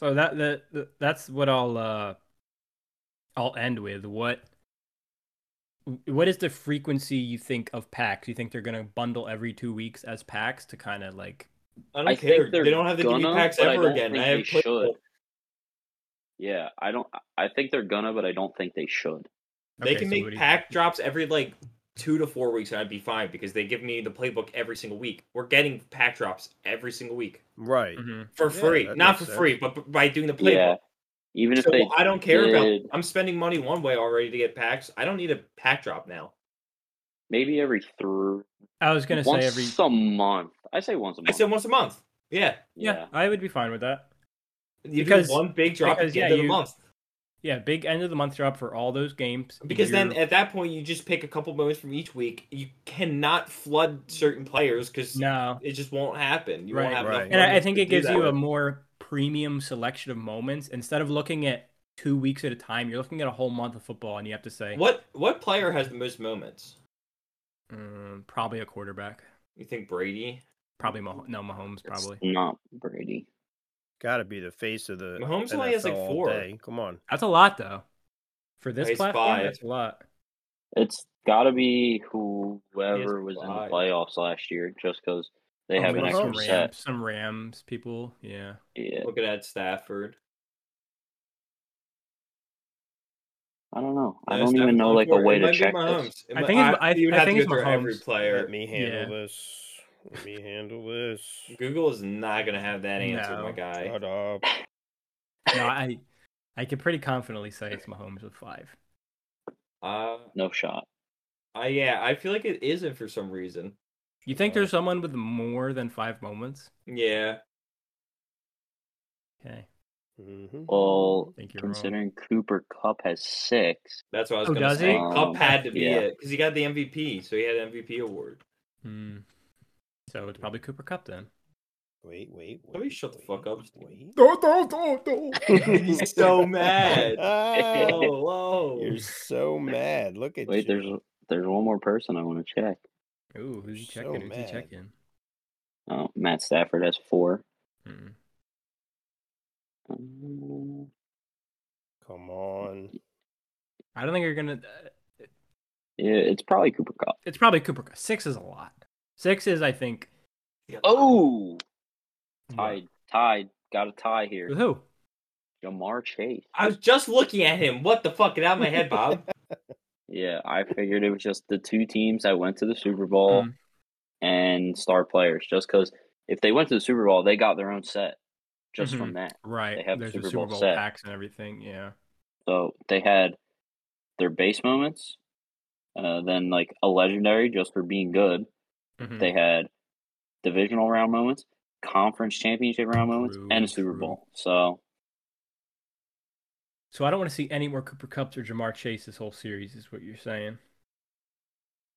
Speaker 1: So that the, the that's what I'll uh I'll end with what what is the frequency you think of packs? You think they're gonna bundle every two weeks as packs to kind of like
Speaker 2: I don't
Speaker 3: I think
Speaker 2: care.
Speaker 3: they're
Speaker 2: They don't have the
Speaker 3: gonna,
Speaker 2: DB packs
Speaker 3: but I
Speaker 2: ever
Speaker 3: don't
Speaker 2: again.
Speaker 3: think
Speaker 2: I have
Speaker 3: they
Speaker 2: played-
Speaker 3: should. Yeah, I don't. I think they're gonna, but I don't think they should.
Speaker 2: They
Speaker 1: Okay, so
Speaker 2: can
Speaker 1: what
Speaker 2: make
Speaker 1: do you-
Speaker 2: pack drops every like two to four weeks, and I'd be fine because they give me the playbook every single week. We're getting pack drops every single week
Speaker 4: (laughs) Right.
Speaker 1: Mhm.
Speaker 2: for
Speaker 4: Yeah,
Speaker 2: free,
Speaker 4: that
Speaker 2: not
Speaker 4: makes
Speaker 2: for
Speaker 4: sense.
Speaker 2: free, but b- by doing the playbook.
Speaker 3: Yeah, even if
Speaker 2: so
Speaker 3: they,
Speaker 2: I don't care about.
Speaker 3: did-
Speaker 2: I'm spending money one way already to get packs. I don't need a pack drop now.
Speaker 3: maybe every three,
Speaker 1: I was gonna
Speaker 3: once
Speaker 1: say every
Speaker 3: a month. I say once a
Speaker 2: I
Speaker 3: month.
Speaker 2: said once a month. Yeah,
Speaker 1: yeah, I would be fine with that.
Speaker 2: you
Speaker 1: Because-
Speaker 2: do one big drop
Speaker 1: because,
Speaker 2: at the
Speaker 1: yeah,
Speaker 2: end of the
Speaker 1: you-
Speaker 2: month.
Speaker 1: Yeah, big end of the month drop for all those games.
Speaker 2: Because then
Speaker 1: You're-
Speaker 2: at that point you just pick a couple moments from each week. You cannot flood certain players because
Speaker 1: no,
Speaker 2: it just won't happen. You
Speaker 1: Right,
Speaker 2: won't have
Speaker 4: right.
Speaker 2: enough
Speaker 1: and I, I
Speaker 2: moments
Speaker 1: think
Speaker 2: to
Speaker 1: it
Speaker 2: do
Speaker 1: gives
Speaker 2: that
Speaker 1: you a
Speaker 2: with.
Speaker 1: more premium selection of moments instead of looking at two weeks at a time. You're looking at a whole month of football, and you have to say
Speaker 2: What what player has the most moments?
Speaker 1: Mm, probably a quarterback.
Speaker 2: You think Brady?
Speaker 1: Probably Mah- no Mahomes.
Speaker 3: It's
Speaker 1: Probably
Speaker 3: not Brady.
Speaker 4: Got to be the face of the
Speaker 2: Mahomes only
Speaker 4: NFL
Speaker 2: has, like,
Speaker 4: all
Speaker 2: four.
Speaker 4: day. Come on.
Speaker 1: that's a lot though. For this
Speaker 2: He's
Speaker 1: platform,
Speaker 2: five.
Speaker 1: that's a lot.
Speaker 3: It's got to be whoever was in
Speaker 2: five.
Speaker 3: the playoffs last year, just because they
Speaker 1: Oh,
Speaker 3: have an
Speaker 1: maybe
Speaker 4: Mahomes.
Speaker 1: some
Speaker 3: extra set.
Speaker 1: Rams, some Rams people. Yeah,
Speaker 3: Yeah,
Speaker 2: Look at that Stafford.
Speaker 3: I don't know. I
Speaker 2: Yeah,
Speaker 3: don't
Speaker 2: Stafford's
Speaker 3: even know
Speaker 2: on
Speaker 3: like a
Speaker 2: four. It
Speaker 3: way
Speaker 2: might
Speaker 3: to
Speaker 2: be
Speaker 3: check this.
Speaker 2: Mahomes. It
Speaker 1: I
Speaker 2: might-
Speaker 1: think it's- I-
Speaker 2: you would
Speaker 1: I
Speaker 2: have
Speaker 1: think
Speaker 2: to
Speaker 1: it's
Speaker 2: go through every
Speaker 1: Mahomes.
Speaker 2: player.
Speaker 4: Let me handle this. Let me handle this.
Speaker 2: Google is not gonna have that answer, my
Speaker 1: No.
Speaker 2: guy.
Speaker 4: Shut up.
Speaker 1: no, I, I can pretty confidently say it's Mahomes with five.
Speaker 2: Uh,
Speaker 3: No shot.
Speaker 2: I yeah, I feel like it isn't for some reason.
Speaker 1: You think
Speaker 4: Yeah.
Speaker 1: there's someone with more than five moments?
Speaker 2: Yeah,
Speaker 1: Okay,
Speaker 4: Mhm.
Speaker 3: Well,
Speaker 1: I think you're wrong.
Speaker 3: considering Cooper Cup has six,
Speaker 2: that's what I was
Speaker 1: Oh,
Speaker 2: gonna
Speaker 1: does
Speaker 2: say.
Speaker 1: he?
Speaker 2: Cup had to be
Speaker 3: Yeah.
Speaker 2: it because he got the MVP, so he had an
Speaker 3: (laughs)
Speaker 2: MVP award.
Speaker 1: Hmm. So it's probably Cooper Cup then.
Speaker 4: Wait, wait, wait.
Speaker 2: Somebody shut the fuck up, Steve.
Speaker 3: (laughs)
Speaker 4: wait. (laughs)
Speaker 1: No, no, no, no.
Speaker 2: He's so mad.
Speaker 4: Ah,
Speaker 2: Oh, whoa.
Speaker 4: (laughs) you're so mad. Look at
Speaker 3: wait,
Speaker 4: you.
Speaker 3: there's there's one more person I want to check.
Speaker 1: (laughs) Ooh, who's he
Speaker 4: So
Speaker 1: checking? who's he
Speaker 4: mad.
Speaker 1: checking?
Speaker 3: Oh, Matt Stafford has four.
Speaker 1: Hmm.
Speaker 3: Um,
Speaker 4: Come on.
Speaker 3: (laughs)
Speaker 1: I don't think you're gonna. uh,
Speaker 3: yeah, it's probably Cooper Cup.
Speaker 1: It's probably Cooper Cup. Six is a lot. Six is, I think.
Speaker 3: Oh, tied, tied, got a tie here.
Speaker 1: With who?
Speaker 3: Jamar Chase.
Speaker 2: I was just looking at him. What the fuck? Get out of my head, Bob.
Speaker 1: (laughs)
Speaker 3: Yeah, I figured it was just the two teams that went to the Super Bowl
Speaker 1: Mm.
Speaker 3: and star players. Just because if they went to the Super Bowl, they got their own set just
Speaker 1: Mhm.
Speaker 3: from that.
Speaker 1: Right.
Speaker 3: They have
Speaker 1: There's
Speaker 3: Super
Speaker 1: a Super
Speaker 3: Bowl
Speaker 1: Bowl
Speaker 3: set.
Speaker 1: packs and everything. Yeah.
Speaker 3: So they had their base moments, uh, then like a legendary just for being good.
Speaker 1: Mhm.
Speaker 3: They had divisional round moments, conference championship round moments, and
Speaker 1: True,
Speaker 3: a Super
Speaker 1: true.
Speaker 3: Bowl. So
Speaker 1: So I don't want to see any more Cooper Cups or Jamar Chase this whole series, is what you're saying.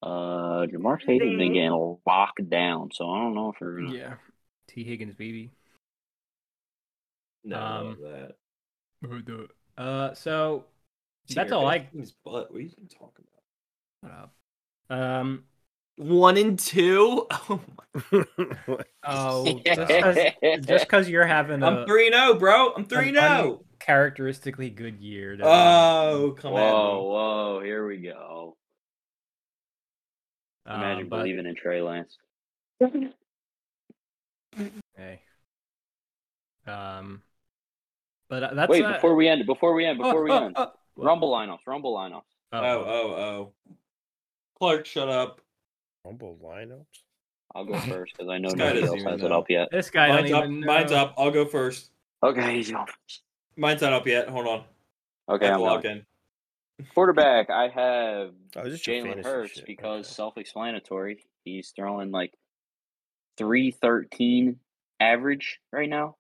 Speaker 3: uh Jamar Chase has been getting locked down. So I don't know if you're gonna
Speaker 1: Yeah. T. Higgins, baby.
Speaker 2: No,
Speaker 1: Um,
Speaker 2: love that.
Speaker 1: Uh, so that's all I.
Speaker 2: His butt. What are you talking
Speaker 1: Shut up. Um.
Speaker 2: about? One and two. (laughs) Oh my.
Speaker 3: (laughs)
Speaker 1: Oh, just because you're having a
Speaker 2: I'm three zero, bro. I'm three zero.
Speaker 1: characteristically good year. doesn't
Speaker 2: Oh, come
Speaker 3: Whoa, whoa, here we go.
Speaker 1: mean- Uh,
Speaker 3: Imagine
Speaker 1: but,
Speaker 3: believing in Trey Lance.
Speaker 1: Hey. Um. But that's
Speaker 3: Wait,
Speaker 1: uh,
Speaker 3: before we end, before we end,
Speaker 1: oh,
Speaker 3: before we
Speaker 1: oh,
Speaker 3: end.
Speaker 1: oh, what?
Speaker 3: Rumble lineups, rumble lineups.
Speaker 1: Oh,
Speaker 2: at him. Oh, oh, oh. Clark, shut up.
Speaker 4: Rumble lineups.
Speaker 3: I'll
Speaker 1: (laughs)
Speaker 3: go first because I know
Speaker 2: This guy
Speaker 3: nobody
Speaker 2: doesn't
Speaker 3: else
Speaker 2: even
Speaker 3: has it
Speaker 2: know.
Speaker 3: up yet.
Speaker 1: this guy.
Speaker 2: mine's
Speaker 1: don't
Speaker 2: up.
Speaker 1: even
Speaker 2: Mine's
Speaker 1: know.
Speaker 2: up. I'll go first.
Speaker 3: Okay, he's going first.
Speaker 2: Mine's not up yet. Hold on.
Speaker 3: Okay,
Speaker 2: I have
Speaker 3: I'm
Speaker 2: to log
Speaker 3: going.
Speaker 2: in.
Speaker 3: Quarterback, I have
Speaker 4: Oh, this is your
Speaker 3: Jalen
Speaker 4: fantasy
Speaker 3: Hurts
Speaker 4: shit.
Speaker 3: because
Speaker 4: Okay.
Speaker 3: self-explanatory. He's throwing like three thirteen average right now.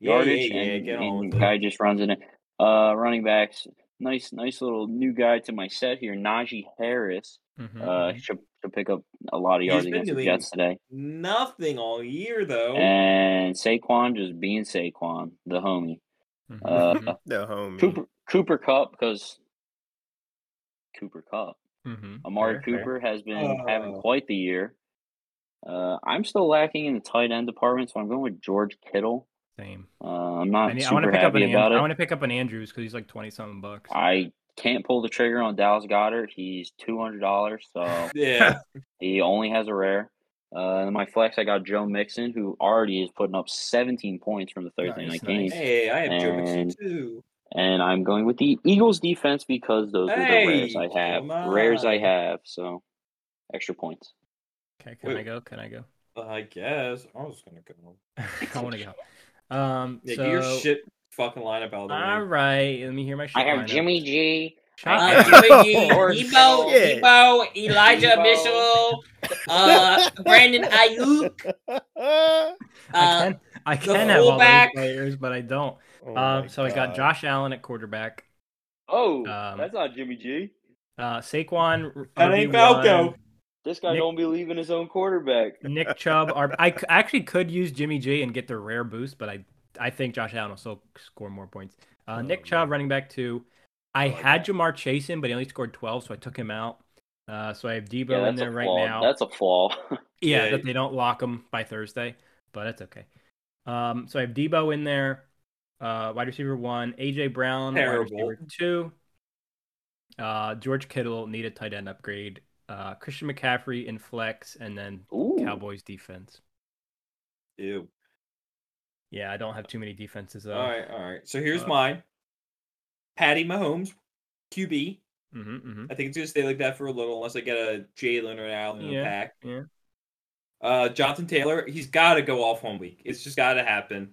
Speaker 2: Yeah,
Speaker 3: Yardage
Speaker 2: yeah, yeah.
Speaker 3: and,
Speaker 2: Get on
Speaker 3: and
Speaker 2: with
Speaker 3: guy
Speaker 2: it.
Speaker 3: just runs in it. Uh, running backs, nice, nice little new guy to my set here. Najee Harris
Speaker 1: Mhm,
Speaker 3: uh,
Speaker 1: mhm.
Speaker 3: should, should pick up a lot of
Speaker 2: He's
Speaker 3: yards
Speaker 2: Mm-hmm.
Speaker 3: against the
Speaker 2: been doing- Oh.
Speaker 3: Jets today.
Speaker 2: Nothing all year though.
Speaker 3: And Saquon just being Saquon, the homie.
Speaker 1: Mhm,
Speaker 3: Uh, (laughs)
Speaker 1: mhm,
Speaker 4: The homie.
Speaker 2: Mm-hmm.
Speaker 3: Cooper Cooper Cup because Cooper Cup.
Speaker 1: mhm.
Speaker 3: Amari
Speaker 1: Fair, fair.
Speaker 3: Cooper has been having
Speaker 2: Oh.
Speaker 3: quite the year. Uh, I'm still lacking in the tight end department, so I'm going with George Kittle.
Speaker 1: Same.
Speaker 3: Uh, I'm
Speaker 1: I,
Speaker 3: not
Speaker 1: need- I want
Speaker 3: super
Speaker 1: to pick up an.
Speaker 3: happy
Speaker 1: Andrew,
Speaker 3: about
Speaker 1: I
Speaker 3: it.
Speaker 1: want to pick up an Andrews because he's like twenty something bucks.
Speaker 3: I can't pull the trigger on Dallas Goddard. He's two hundred dollars,
Speaker 1: (laughs)
Speaker 3: so (laughs)
Speaker 2: Yeah.
Speaker 3: he only has a rare. Uh, and my flex, I got Joe Mixon, who already is putting up 17 points from the Thursday
Speaker 1: Nice,
Speaker 3: night game.
Speaker 1: nice.
Speaker 2: hey, I have Joe
Speaker 3: And-
Speaker 2: Mixon too.
Speaker 3: And I'm going with the Eagles defense because those are the rares
Speaker 2: Hey,
Speaker 3: I have.
Speaker 2: come on.
Speaker 3: Rares I have, so extra points.
Speaker 1: Okay, can I
Speaker 2: Wait.
Speaker 1: go? Can I go? (laughs)
Speaker 2: I guess I was gonna go.
Speaker 1: I want to go. Um,
Speaker 2: Yeah,
Speaker 1: so,
Speaker 2: your shit fucking lineup out of the
Speaker 1: All
Speaker 2: way.
Speaker 1: right, let me hear my shit.
Speaker 3: I have
Speaker 1: lineup.
Speaker 3: Jimmy G.
Speaker 1: Shut
Speaker 3: I
Speaker 5: Uh,
Speaker 1: up.
Speaker 5: Jimmy
Speaker 3: have
Speaker 2: (laughs)
Speaker 5: G,
Speaker 3: Lord
Speaker 5: Debo,
Speaker 4: shit.
Speaker 5: Debo, Elijah
Speaker 2: Debo.
Speaker 5: Mitchell, uh, Brandon Ayuk,
Speaker 4: (laughs)
Speaker 1: I
Speaker 4: oh
Speaker 5: uh,
Speaker 1: can, I
Speaker 5: the
Speaker 1: can have all these
Speaker 5: fullback-
Speaker 1: players, but I don't.
Speaker 4: Oh my
Speaker 1: Um, so I got
Speaker 4: God.
Speaker 1: Josh Allen at quarterback.
Speaker 3: Oh,
Speaker 1: Um,
Speaker 3: that's not Jimmy G.
Speaker 1: Uh,
Speaker 4: (laughs)
Speaker 1: Saquon.
Speaker 2: That ain't
Speaker 1: RB1,
Speaker 2: Falco.
Speaker 3: This guy
Speaker 1: Nick-
Speaker 3: don't believe in his own quarterback.
Speaker 1: Nick Chubb. Are, I c- actually could use Jimmy G and get the rare boost, but I I think Josh Allen will still score more points. Uh,
Speaker 4: Oh,
Speaker 1: Nick
Speaker 4: man.
Speaker 1: Chubb, running back two. I,
Speaker 4: I like
Speaker 1: had Jamar Chase in, but he only scored 12, so I took him out. Uh, so I have Debo
Speaker 3: Yeah,
Speaker 1: in
Speaker 3: that's
Speaker 1: there
Speaker 3: a
Speaker 1: right
Speaker 3: flaw.
Speaker 1: now.
Speaker 3: That's a flaw. (laughs)
Speaker 1: yeah,
Speaker 2: Yeah.
Speaker 1: that they don't lock him by Thursday, but that's okay. Um, so I have Debo in there, uh, wide receiver one, AJ Brown,
Speaker 2: Terrible.
Speaker 1: wide receiver two, uh, George Kittle need a tight end upgrade, uh, Christian McCaffrey in flex, and then
Speaker 3: Ooh.
Speaker 1: Cowboys defense.
Speaker 2: Ew.
Speaker 1: Yeah, I don't have too many defenses though.
Speaker 2: all right, all right. So here's
Speaker 1: uh,
Speaker 2: mine. Patty Mahomes, QB.
Speaker 1: hmm hmm
Speaker 2: I think it's gonna stay like that for a little, unless I get a Jalen or an Allen in
Speaker 1: Yeah,
Speaker 2: the pack.
Speaker 1: yeah.
Speaker 2: Uh, Jonathan Taylor, he's got to go off one week. It's just got to happen.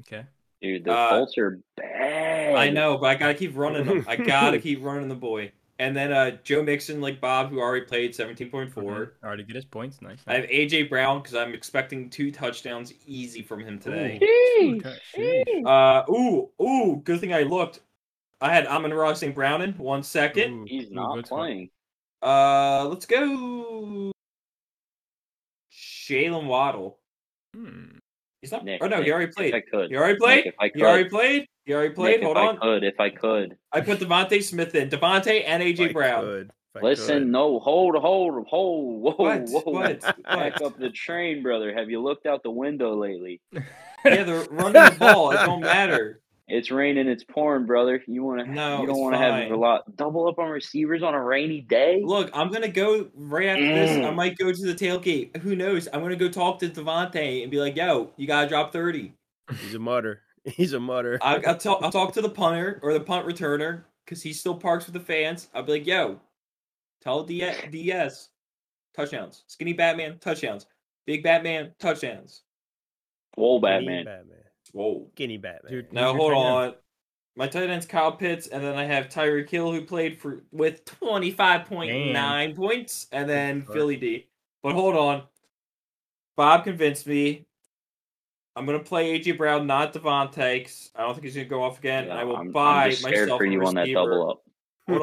Speaker 1: Okay.
Speaker 3: Dude, the
Speaker 2: Uh,
Speaker 3: Colts are bad.
Speaker 2: I know, but I gotta keep running him.
Speaker 1: (laughs)
Speaker 2: I gotta keep running the boy. And then uh, Joe Mixon, like Bob, who already played seventeen point four.
Speaker 1: Okay. Mm-hmm. Already get his points. Nice.
Speaker 2: I have AJ Brown because I'm expecting two touchdowns easy from him today.
Speaker 3: Sheesh.
Speaker 1: Okay, sheesh.
Speaker 3: Sheesh.
Speaker 2: Uh, ooh, ooh, good thing I looked. I had Amon Ross St. Brown in one second.
Speaker 1: Ooh,
Speaker 3: He's
Speaker 1: ooh,
Speaker 3: not
Speaker 1: good one.
Speaker 3: playing.
Speaker 2: Uh, let's go. Jalen Waddle.
Speaker 1: Hmm.
Speaker 2: He's not.
Speaker 3: Nick,
Speaker 2: oh no,
Speaker 3: Nick,
Speaker 2: he already
Speaker 3: If I
Speaker 2: played.
Speaker 3: could.
Speaker 2: He already
Speaker 3: Nick,
Speaker 2: played.
Speaker 3: if I
Speaker 2: He already
Speaker 3: could.
Speaker 2: played. He already
Speaker 3: Nick,
Speaker 2: played. Hold
Speaker 3: if
Speaker 2: on.
Speaker 3: I could. If I could.
Speaker 2: I put Devontae Smith in. Devontae and AJ
Speaker 4: If I
Speaker 2: Brown.
Speaker 4: could, if I
Speaker 3: Listen,
Speaker 4: could.
Speaker 3: no, hold, hold, hold, whoa,
Speaker 2: What?
Speaker 3: whoa,
Speaker 2: What?
Speaker 3: back
Speaker 2: What?
Speaker 3: up the train, brother. Have you looked out the window lately?
Speaker 2: Yeah, they're running the ball. It
Speaker 3: (laughs)
Speaker 2: don't matter.
Speaker 3: It's raining, it's pouring, brother. You want to?
Speaker 2: No,
Speaker 3: you
Speaker 2: it's
Speaker 3: don't want to have
Speaker 2: fine.
Speaker 3: a lot. Double up on receivers on a rainy day.
Speaker 2: Look, I'm gonna go right after this. I
Speaker 3: Mm.
Speaker 2: might go to the tailgate. Who knows? I'm gonna go talk to Devontae and be like, "Yo, you gotta drop 30.
Speaker 4: he's a mutter. (laughs) He's a mutter.
Speaker 2: I, I'll, tell, I'll talk to the punter or the punt returner because he still parks with the fans. I'll be like, "Yo, tell D- DS touchdowns, skinny Batman touchdowns, big Batman touchdowns."
Speaker 3: Whoa,
Speaker 4: Guinea
Speaker 3: Batman.
Speaker 4: Batman.
Speaker 2: Whoa.
Speaker 4: Guinea Batman.
Speaker 1: Dude,
Speaker 4: (laughs)
Speaker 2: Now
Speaker 1: Who's your
Speaker 2: hold
Speaker 1: tight
Speaker 2: on. My tight end's Kyle Pitts, and then I have Tyreek Hill, who played for with twenty five point nine points, and then
Speaker 4: Sure.
Speaker 2: Philly D. But hold on, Bob convinced me. I'm gonna play AJ Brown, not Devontae. 'cause I don't think he's gonna go off again. and I will
Speaker 3: I'm,
Speaker 2: buy
Speaker 3: I'm just scared
Speaker 2: myself
Speaker 3: for you
Speaker 2: a receiver.
Speaker 3: on that double up.
Speaker 2: Hold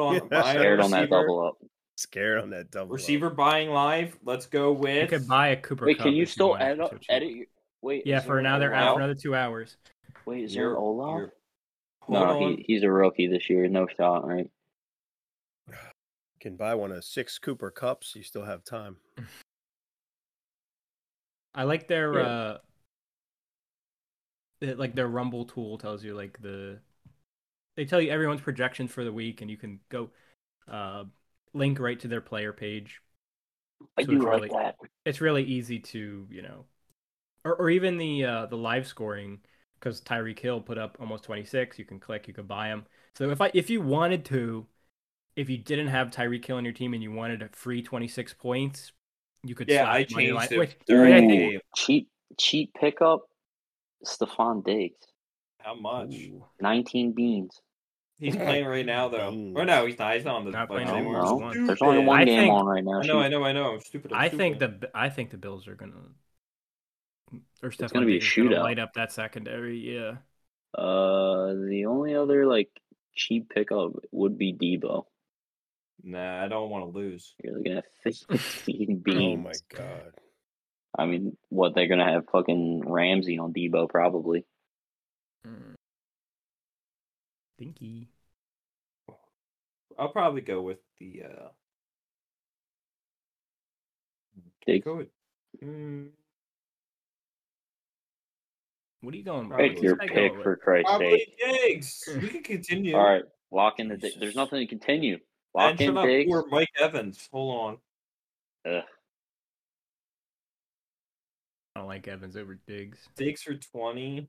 Speaker 1: (laughs)
Speaker 3: (laughs)
Speaker 2: on, I'm buying
Speaker 3: Scared
Speaker 2: a
Speaker 3: on that
Speaker 2: receiver.
Speaker 3: double up.
Speaker 4: Scared on that double. up.
Speaker 2: Receiver buying live. Let's go
Speaker 1: You
Speaker 2: with.
Speaker 1: could buy a Cooper.
Speaker 3: Wait,
Speaker 1: Kupp
Speaker 3: can you
Speaker 1: if
Speaker 3: still
Speaker 1: want,
Speaker 3: edit?
Speaker 1: it's so cheap.
Speaker 3: edit your, wait.
Speaker 1: Yeah,
Speaker 3: is
Speaker 1: for
Speaker 3: there
Speaker 1: another hour,
Speaker 3: Olaf?
Speaker 1: for another two hours.
Speaker 3: Wait, is there
Speaker 2: You're-
Speaker 3: Olaf?
Speaker 2: you're- hold
Speaker 3: No,
Speaker 2: on.
Speaker 3: he, he's a rookie this year. No shot, right?
Speaker 4: can buy one of six Cooper cups. You still have time.
Speaker 1: I like their
Speaker 3: Yeah.
Speaker 1: uh the- like their Rumble tool tells you like the they tell you everyone's projections for the week and you can go uh link right to their player page.
Speaker 3: I
Speaker 1: So
Speaker 3: do
Speaker 1: it's
Speaker 3: like
Speaker 1: really-
Speaker 3: that.
Speaker 1: It's really easy to, you know, or or even the uh the live scoring cuz Tyreek Hill put up almost 26, you can click, you can buy him. So if I if you wanted to if you didn't have Tyreek Hill on your team and you wanted a free 26 points, you could
Speaker 2: Yeah,
Speaker 1: slap
Speaker 2: I
Speaker 1: him on your
Speaker 2: changed
Speaker 1: line-
Speaker 2: it
Speaker 1: which-
Speaker 2: during
Speaker 1: I
Speaker 2: the
Speaker 1: think-
Speaker 2: game.
Speaker 3: cheap cheap pickup. Stephon Diggs,
Speaker 2: How much?
Speaker 1: Ooh.
Speaker 3: nineteen beans.
Speaker 2: He's playing right now, though.
Speaker 4: Beans.
Speaker 2: Or no, he's not. He's not on the
Speaker 1: Not
Speaker 2: Bucks
Speaker 1: playing
Speaker 3: No,
Speaker 1: anymore.
Speaker 2: anymore.
Speaker 1: There's
Speaker 3: no.
Speaker 1: one.
Speaker 3: There's only one
Speaker 1: I
Speaker 3: game
Speaker 1: think-
Speaker 3: on right now.
Speaker 2: I know, I
Speaker 3: Shoot.
Speaker 2: know, I know. I'm stupid. I'm
Speaker 1: I
Speaker 2: stupid.
Speaker 1: think the I think the Bills are gonna. Or it's
Speaker 3: gonna be a shootout.
Speaker 1: Light up that secondary, yeah.
Speaker 3: Uh, the only other like cheap pickup would be Debo.
Speaker 2: Nah, I don't want to lose.
Speaker 3: You're looking at
Speaker 1: (laughs)
Speaker 3: fifteen beans.
Speaker 4: Oh my god.
Speaker 3: I mean, what they're gonna have fucking Ramsey on Debo probably.
Speaker 1: Thinky.
Speaker 2: I'll probably go with the. uh
Speaker 3: Dig-
Speaker 2: Go with. Mm,
Speaker 1: What are you going? with?
Speaker 2: Pick
Speaker 1: What's
Speaker 3: Pick your
Speaker 1: that
Speaker 3: pick
Speaker 1: going
Speaker 3: for
Speaker 1: with?
Speaker 3: Christ's
Speaker 2: probably
Speaker 3: sake.
Speaker 2: Diggs. We can continue.
Speaker 3: All right, Lock in the dig.
Speaker 1: Jesus.
Speaker 3: There's nothing to continue. Lock
Speaker 2: And shut
Speaker 3: in uh,
Speaker 2: up,
Speaker 3: Diggs.
Speaker 2: poor Mike Evans. Hold on.
Speaker 3: Ugh.
Speaker 1: I don't like Evans over Diggs.
Speaker 2: Diggs for 20.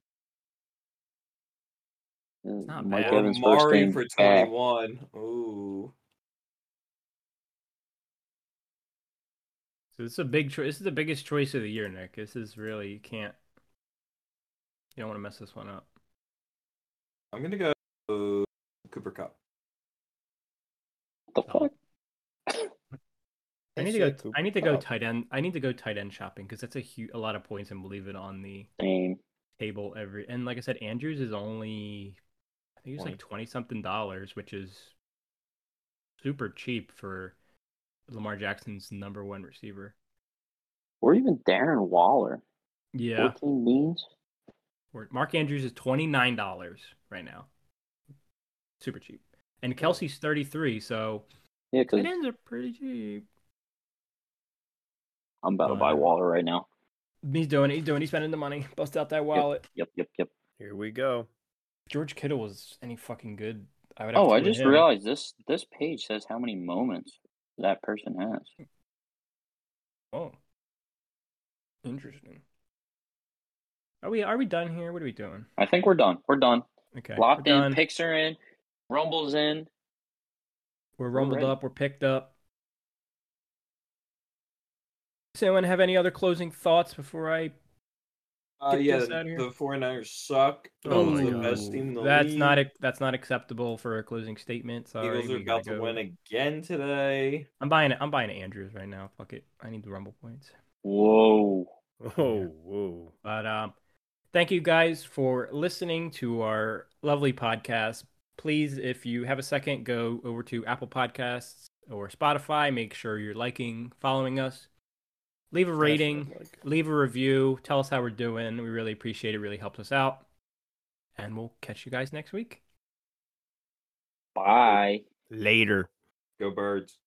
Speaker 1: not
Speaker 3: Mike
Speaker 1: bad.
Speaker 3: Evans first
Speaker 2: Mari
Speaker 3: game
Speaker 2: for
Speaker 3: back.
Speaker 2: 21. Ooh.
Speaker 1: So this is a big choice. This is the biggest choice of the year, Nick. This is really you can't. You don't want to mess this one up.
Speaker 2: I'm going to go Cooper Cup.
Speaker 3: What the fuck?
Speaker 1: I
Speaker 4: They
Speaker 1: need to
Speaker 4: say
Speaker 1: go.
Speaker 4: Cooper
Speaker 1: I need to go
Speaker 4: Kupp.
Speaker 1: tight end. I need to go tight end shopping because that's a huge, a lot of points and believe it on the
Speaker 3: Same.
Speaker 1: table every. And like I said, Andrews is only, I think it's like twenty something dollars, which is super cheap for Lamar Jackson's number one receiver.
Speaker 3: Or even Darren Waller.
Speaker 1: Yeah,
Speaker 3: 14 beans.
Speaker 1: Or- Mark Andrews is twenty nine dollars right now. Super cheap, and Kelsey's thirty three. So
Speaker 3: Yeah, because
Speaker 1: tight ends are pretty cheap.
Speaker 3: I'm about to buy
Speaker 1: Waller.
Speaker 3: Waller right now.
Speaker 1: He's doing it. He's doing. it. He's spending the money. (laughs) Bust out that wallet.
Speaker 3: Yep, yep, yep.
Speaker 4: Here we go.
Speaker 1: George Kittle was any fucking good. I would. Have
Speaker 3: Oh,
Speaker 1: to
Speaker 3: I
Speaker 1: put
Speaker 3: just
Speaker 1: him.
Speaker 3: realized this this page says how many moments that person has.
Speaker 1: Oh, interesting. Are we are we done here? What are we doing?
Speaker 3: I think we're done. We're done.
Speaker 1: Okay,
Speaker 3: Locked
Speaker 1: we're
Speaker 3: in.
Speaker 1: done.
Speaker 3: Picks are in. Rumbles in.
Speaker 1: we're rumbled
Speaker 3: ready.
Speaker 1: up. We're picked up. Does anyone have any other closing thoughts before I?
Speaker 2: Uh,
Speaker 1: Get
Speaker 2: yeah,
Speaker 1: this outta here.
Speaker 2: the 49ers suck.
Speaker 4: Oh my
Speaker 2: They're the
Speaker 4: God.
Speaker 2: best team in the
Speaker 1: that's
Speaker 2: league.
Speaker 1: not ac- that's not acceptable for a closing statement. Sorry,
Speaker 2: Eagles are
Speaker 1: we gotta
Speaker 2: about to
Speaker 1: go.
Speaker 2: win again today.
Speaker 1: I'm buying it. I'm buying it, Andrews right now. Fuck it. I need the rumble points.
Speaker 3: Whoa.
Speaker 4: (laughs) Oh, whoa.
Speaker 1: But um, thank you guys for listening to our lovely podcast. Please, if you have a second, go over to Apple Podcasts or Spotify. Make sure you're liking, following us. Leave a rating, leave a review, tell us how we're doing. We really appreciate it. Really helps us out. And we'll catch you guys next week.
Speaker 3: Bye.
Speaker 4: Later.
Speaker 2: Go birds.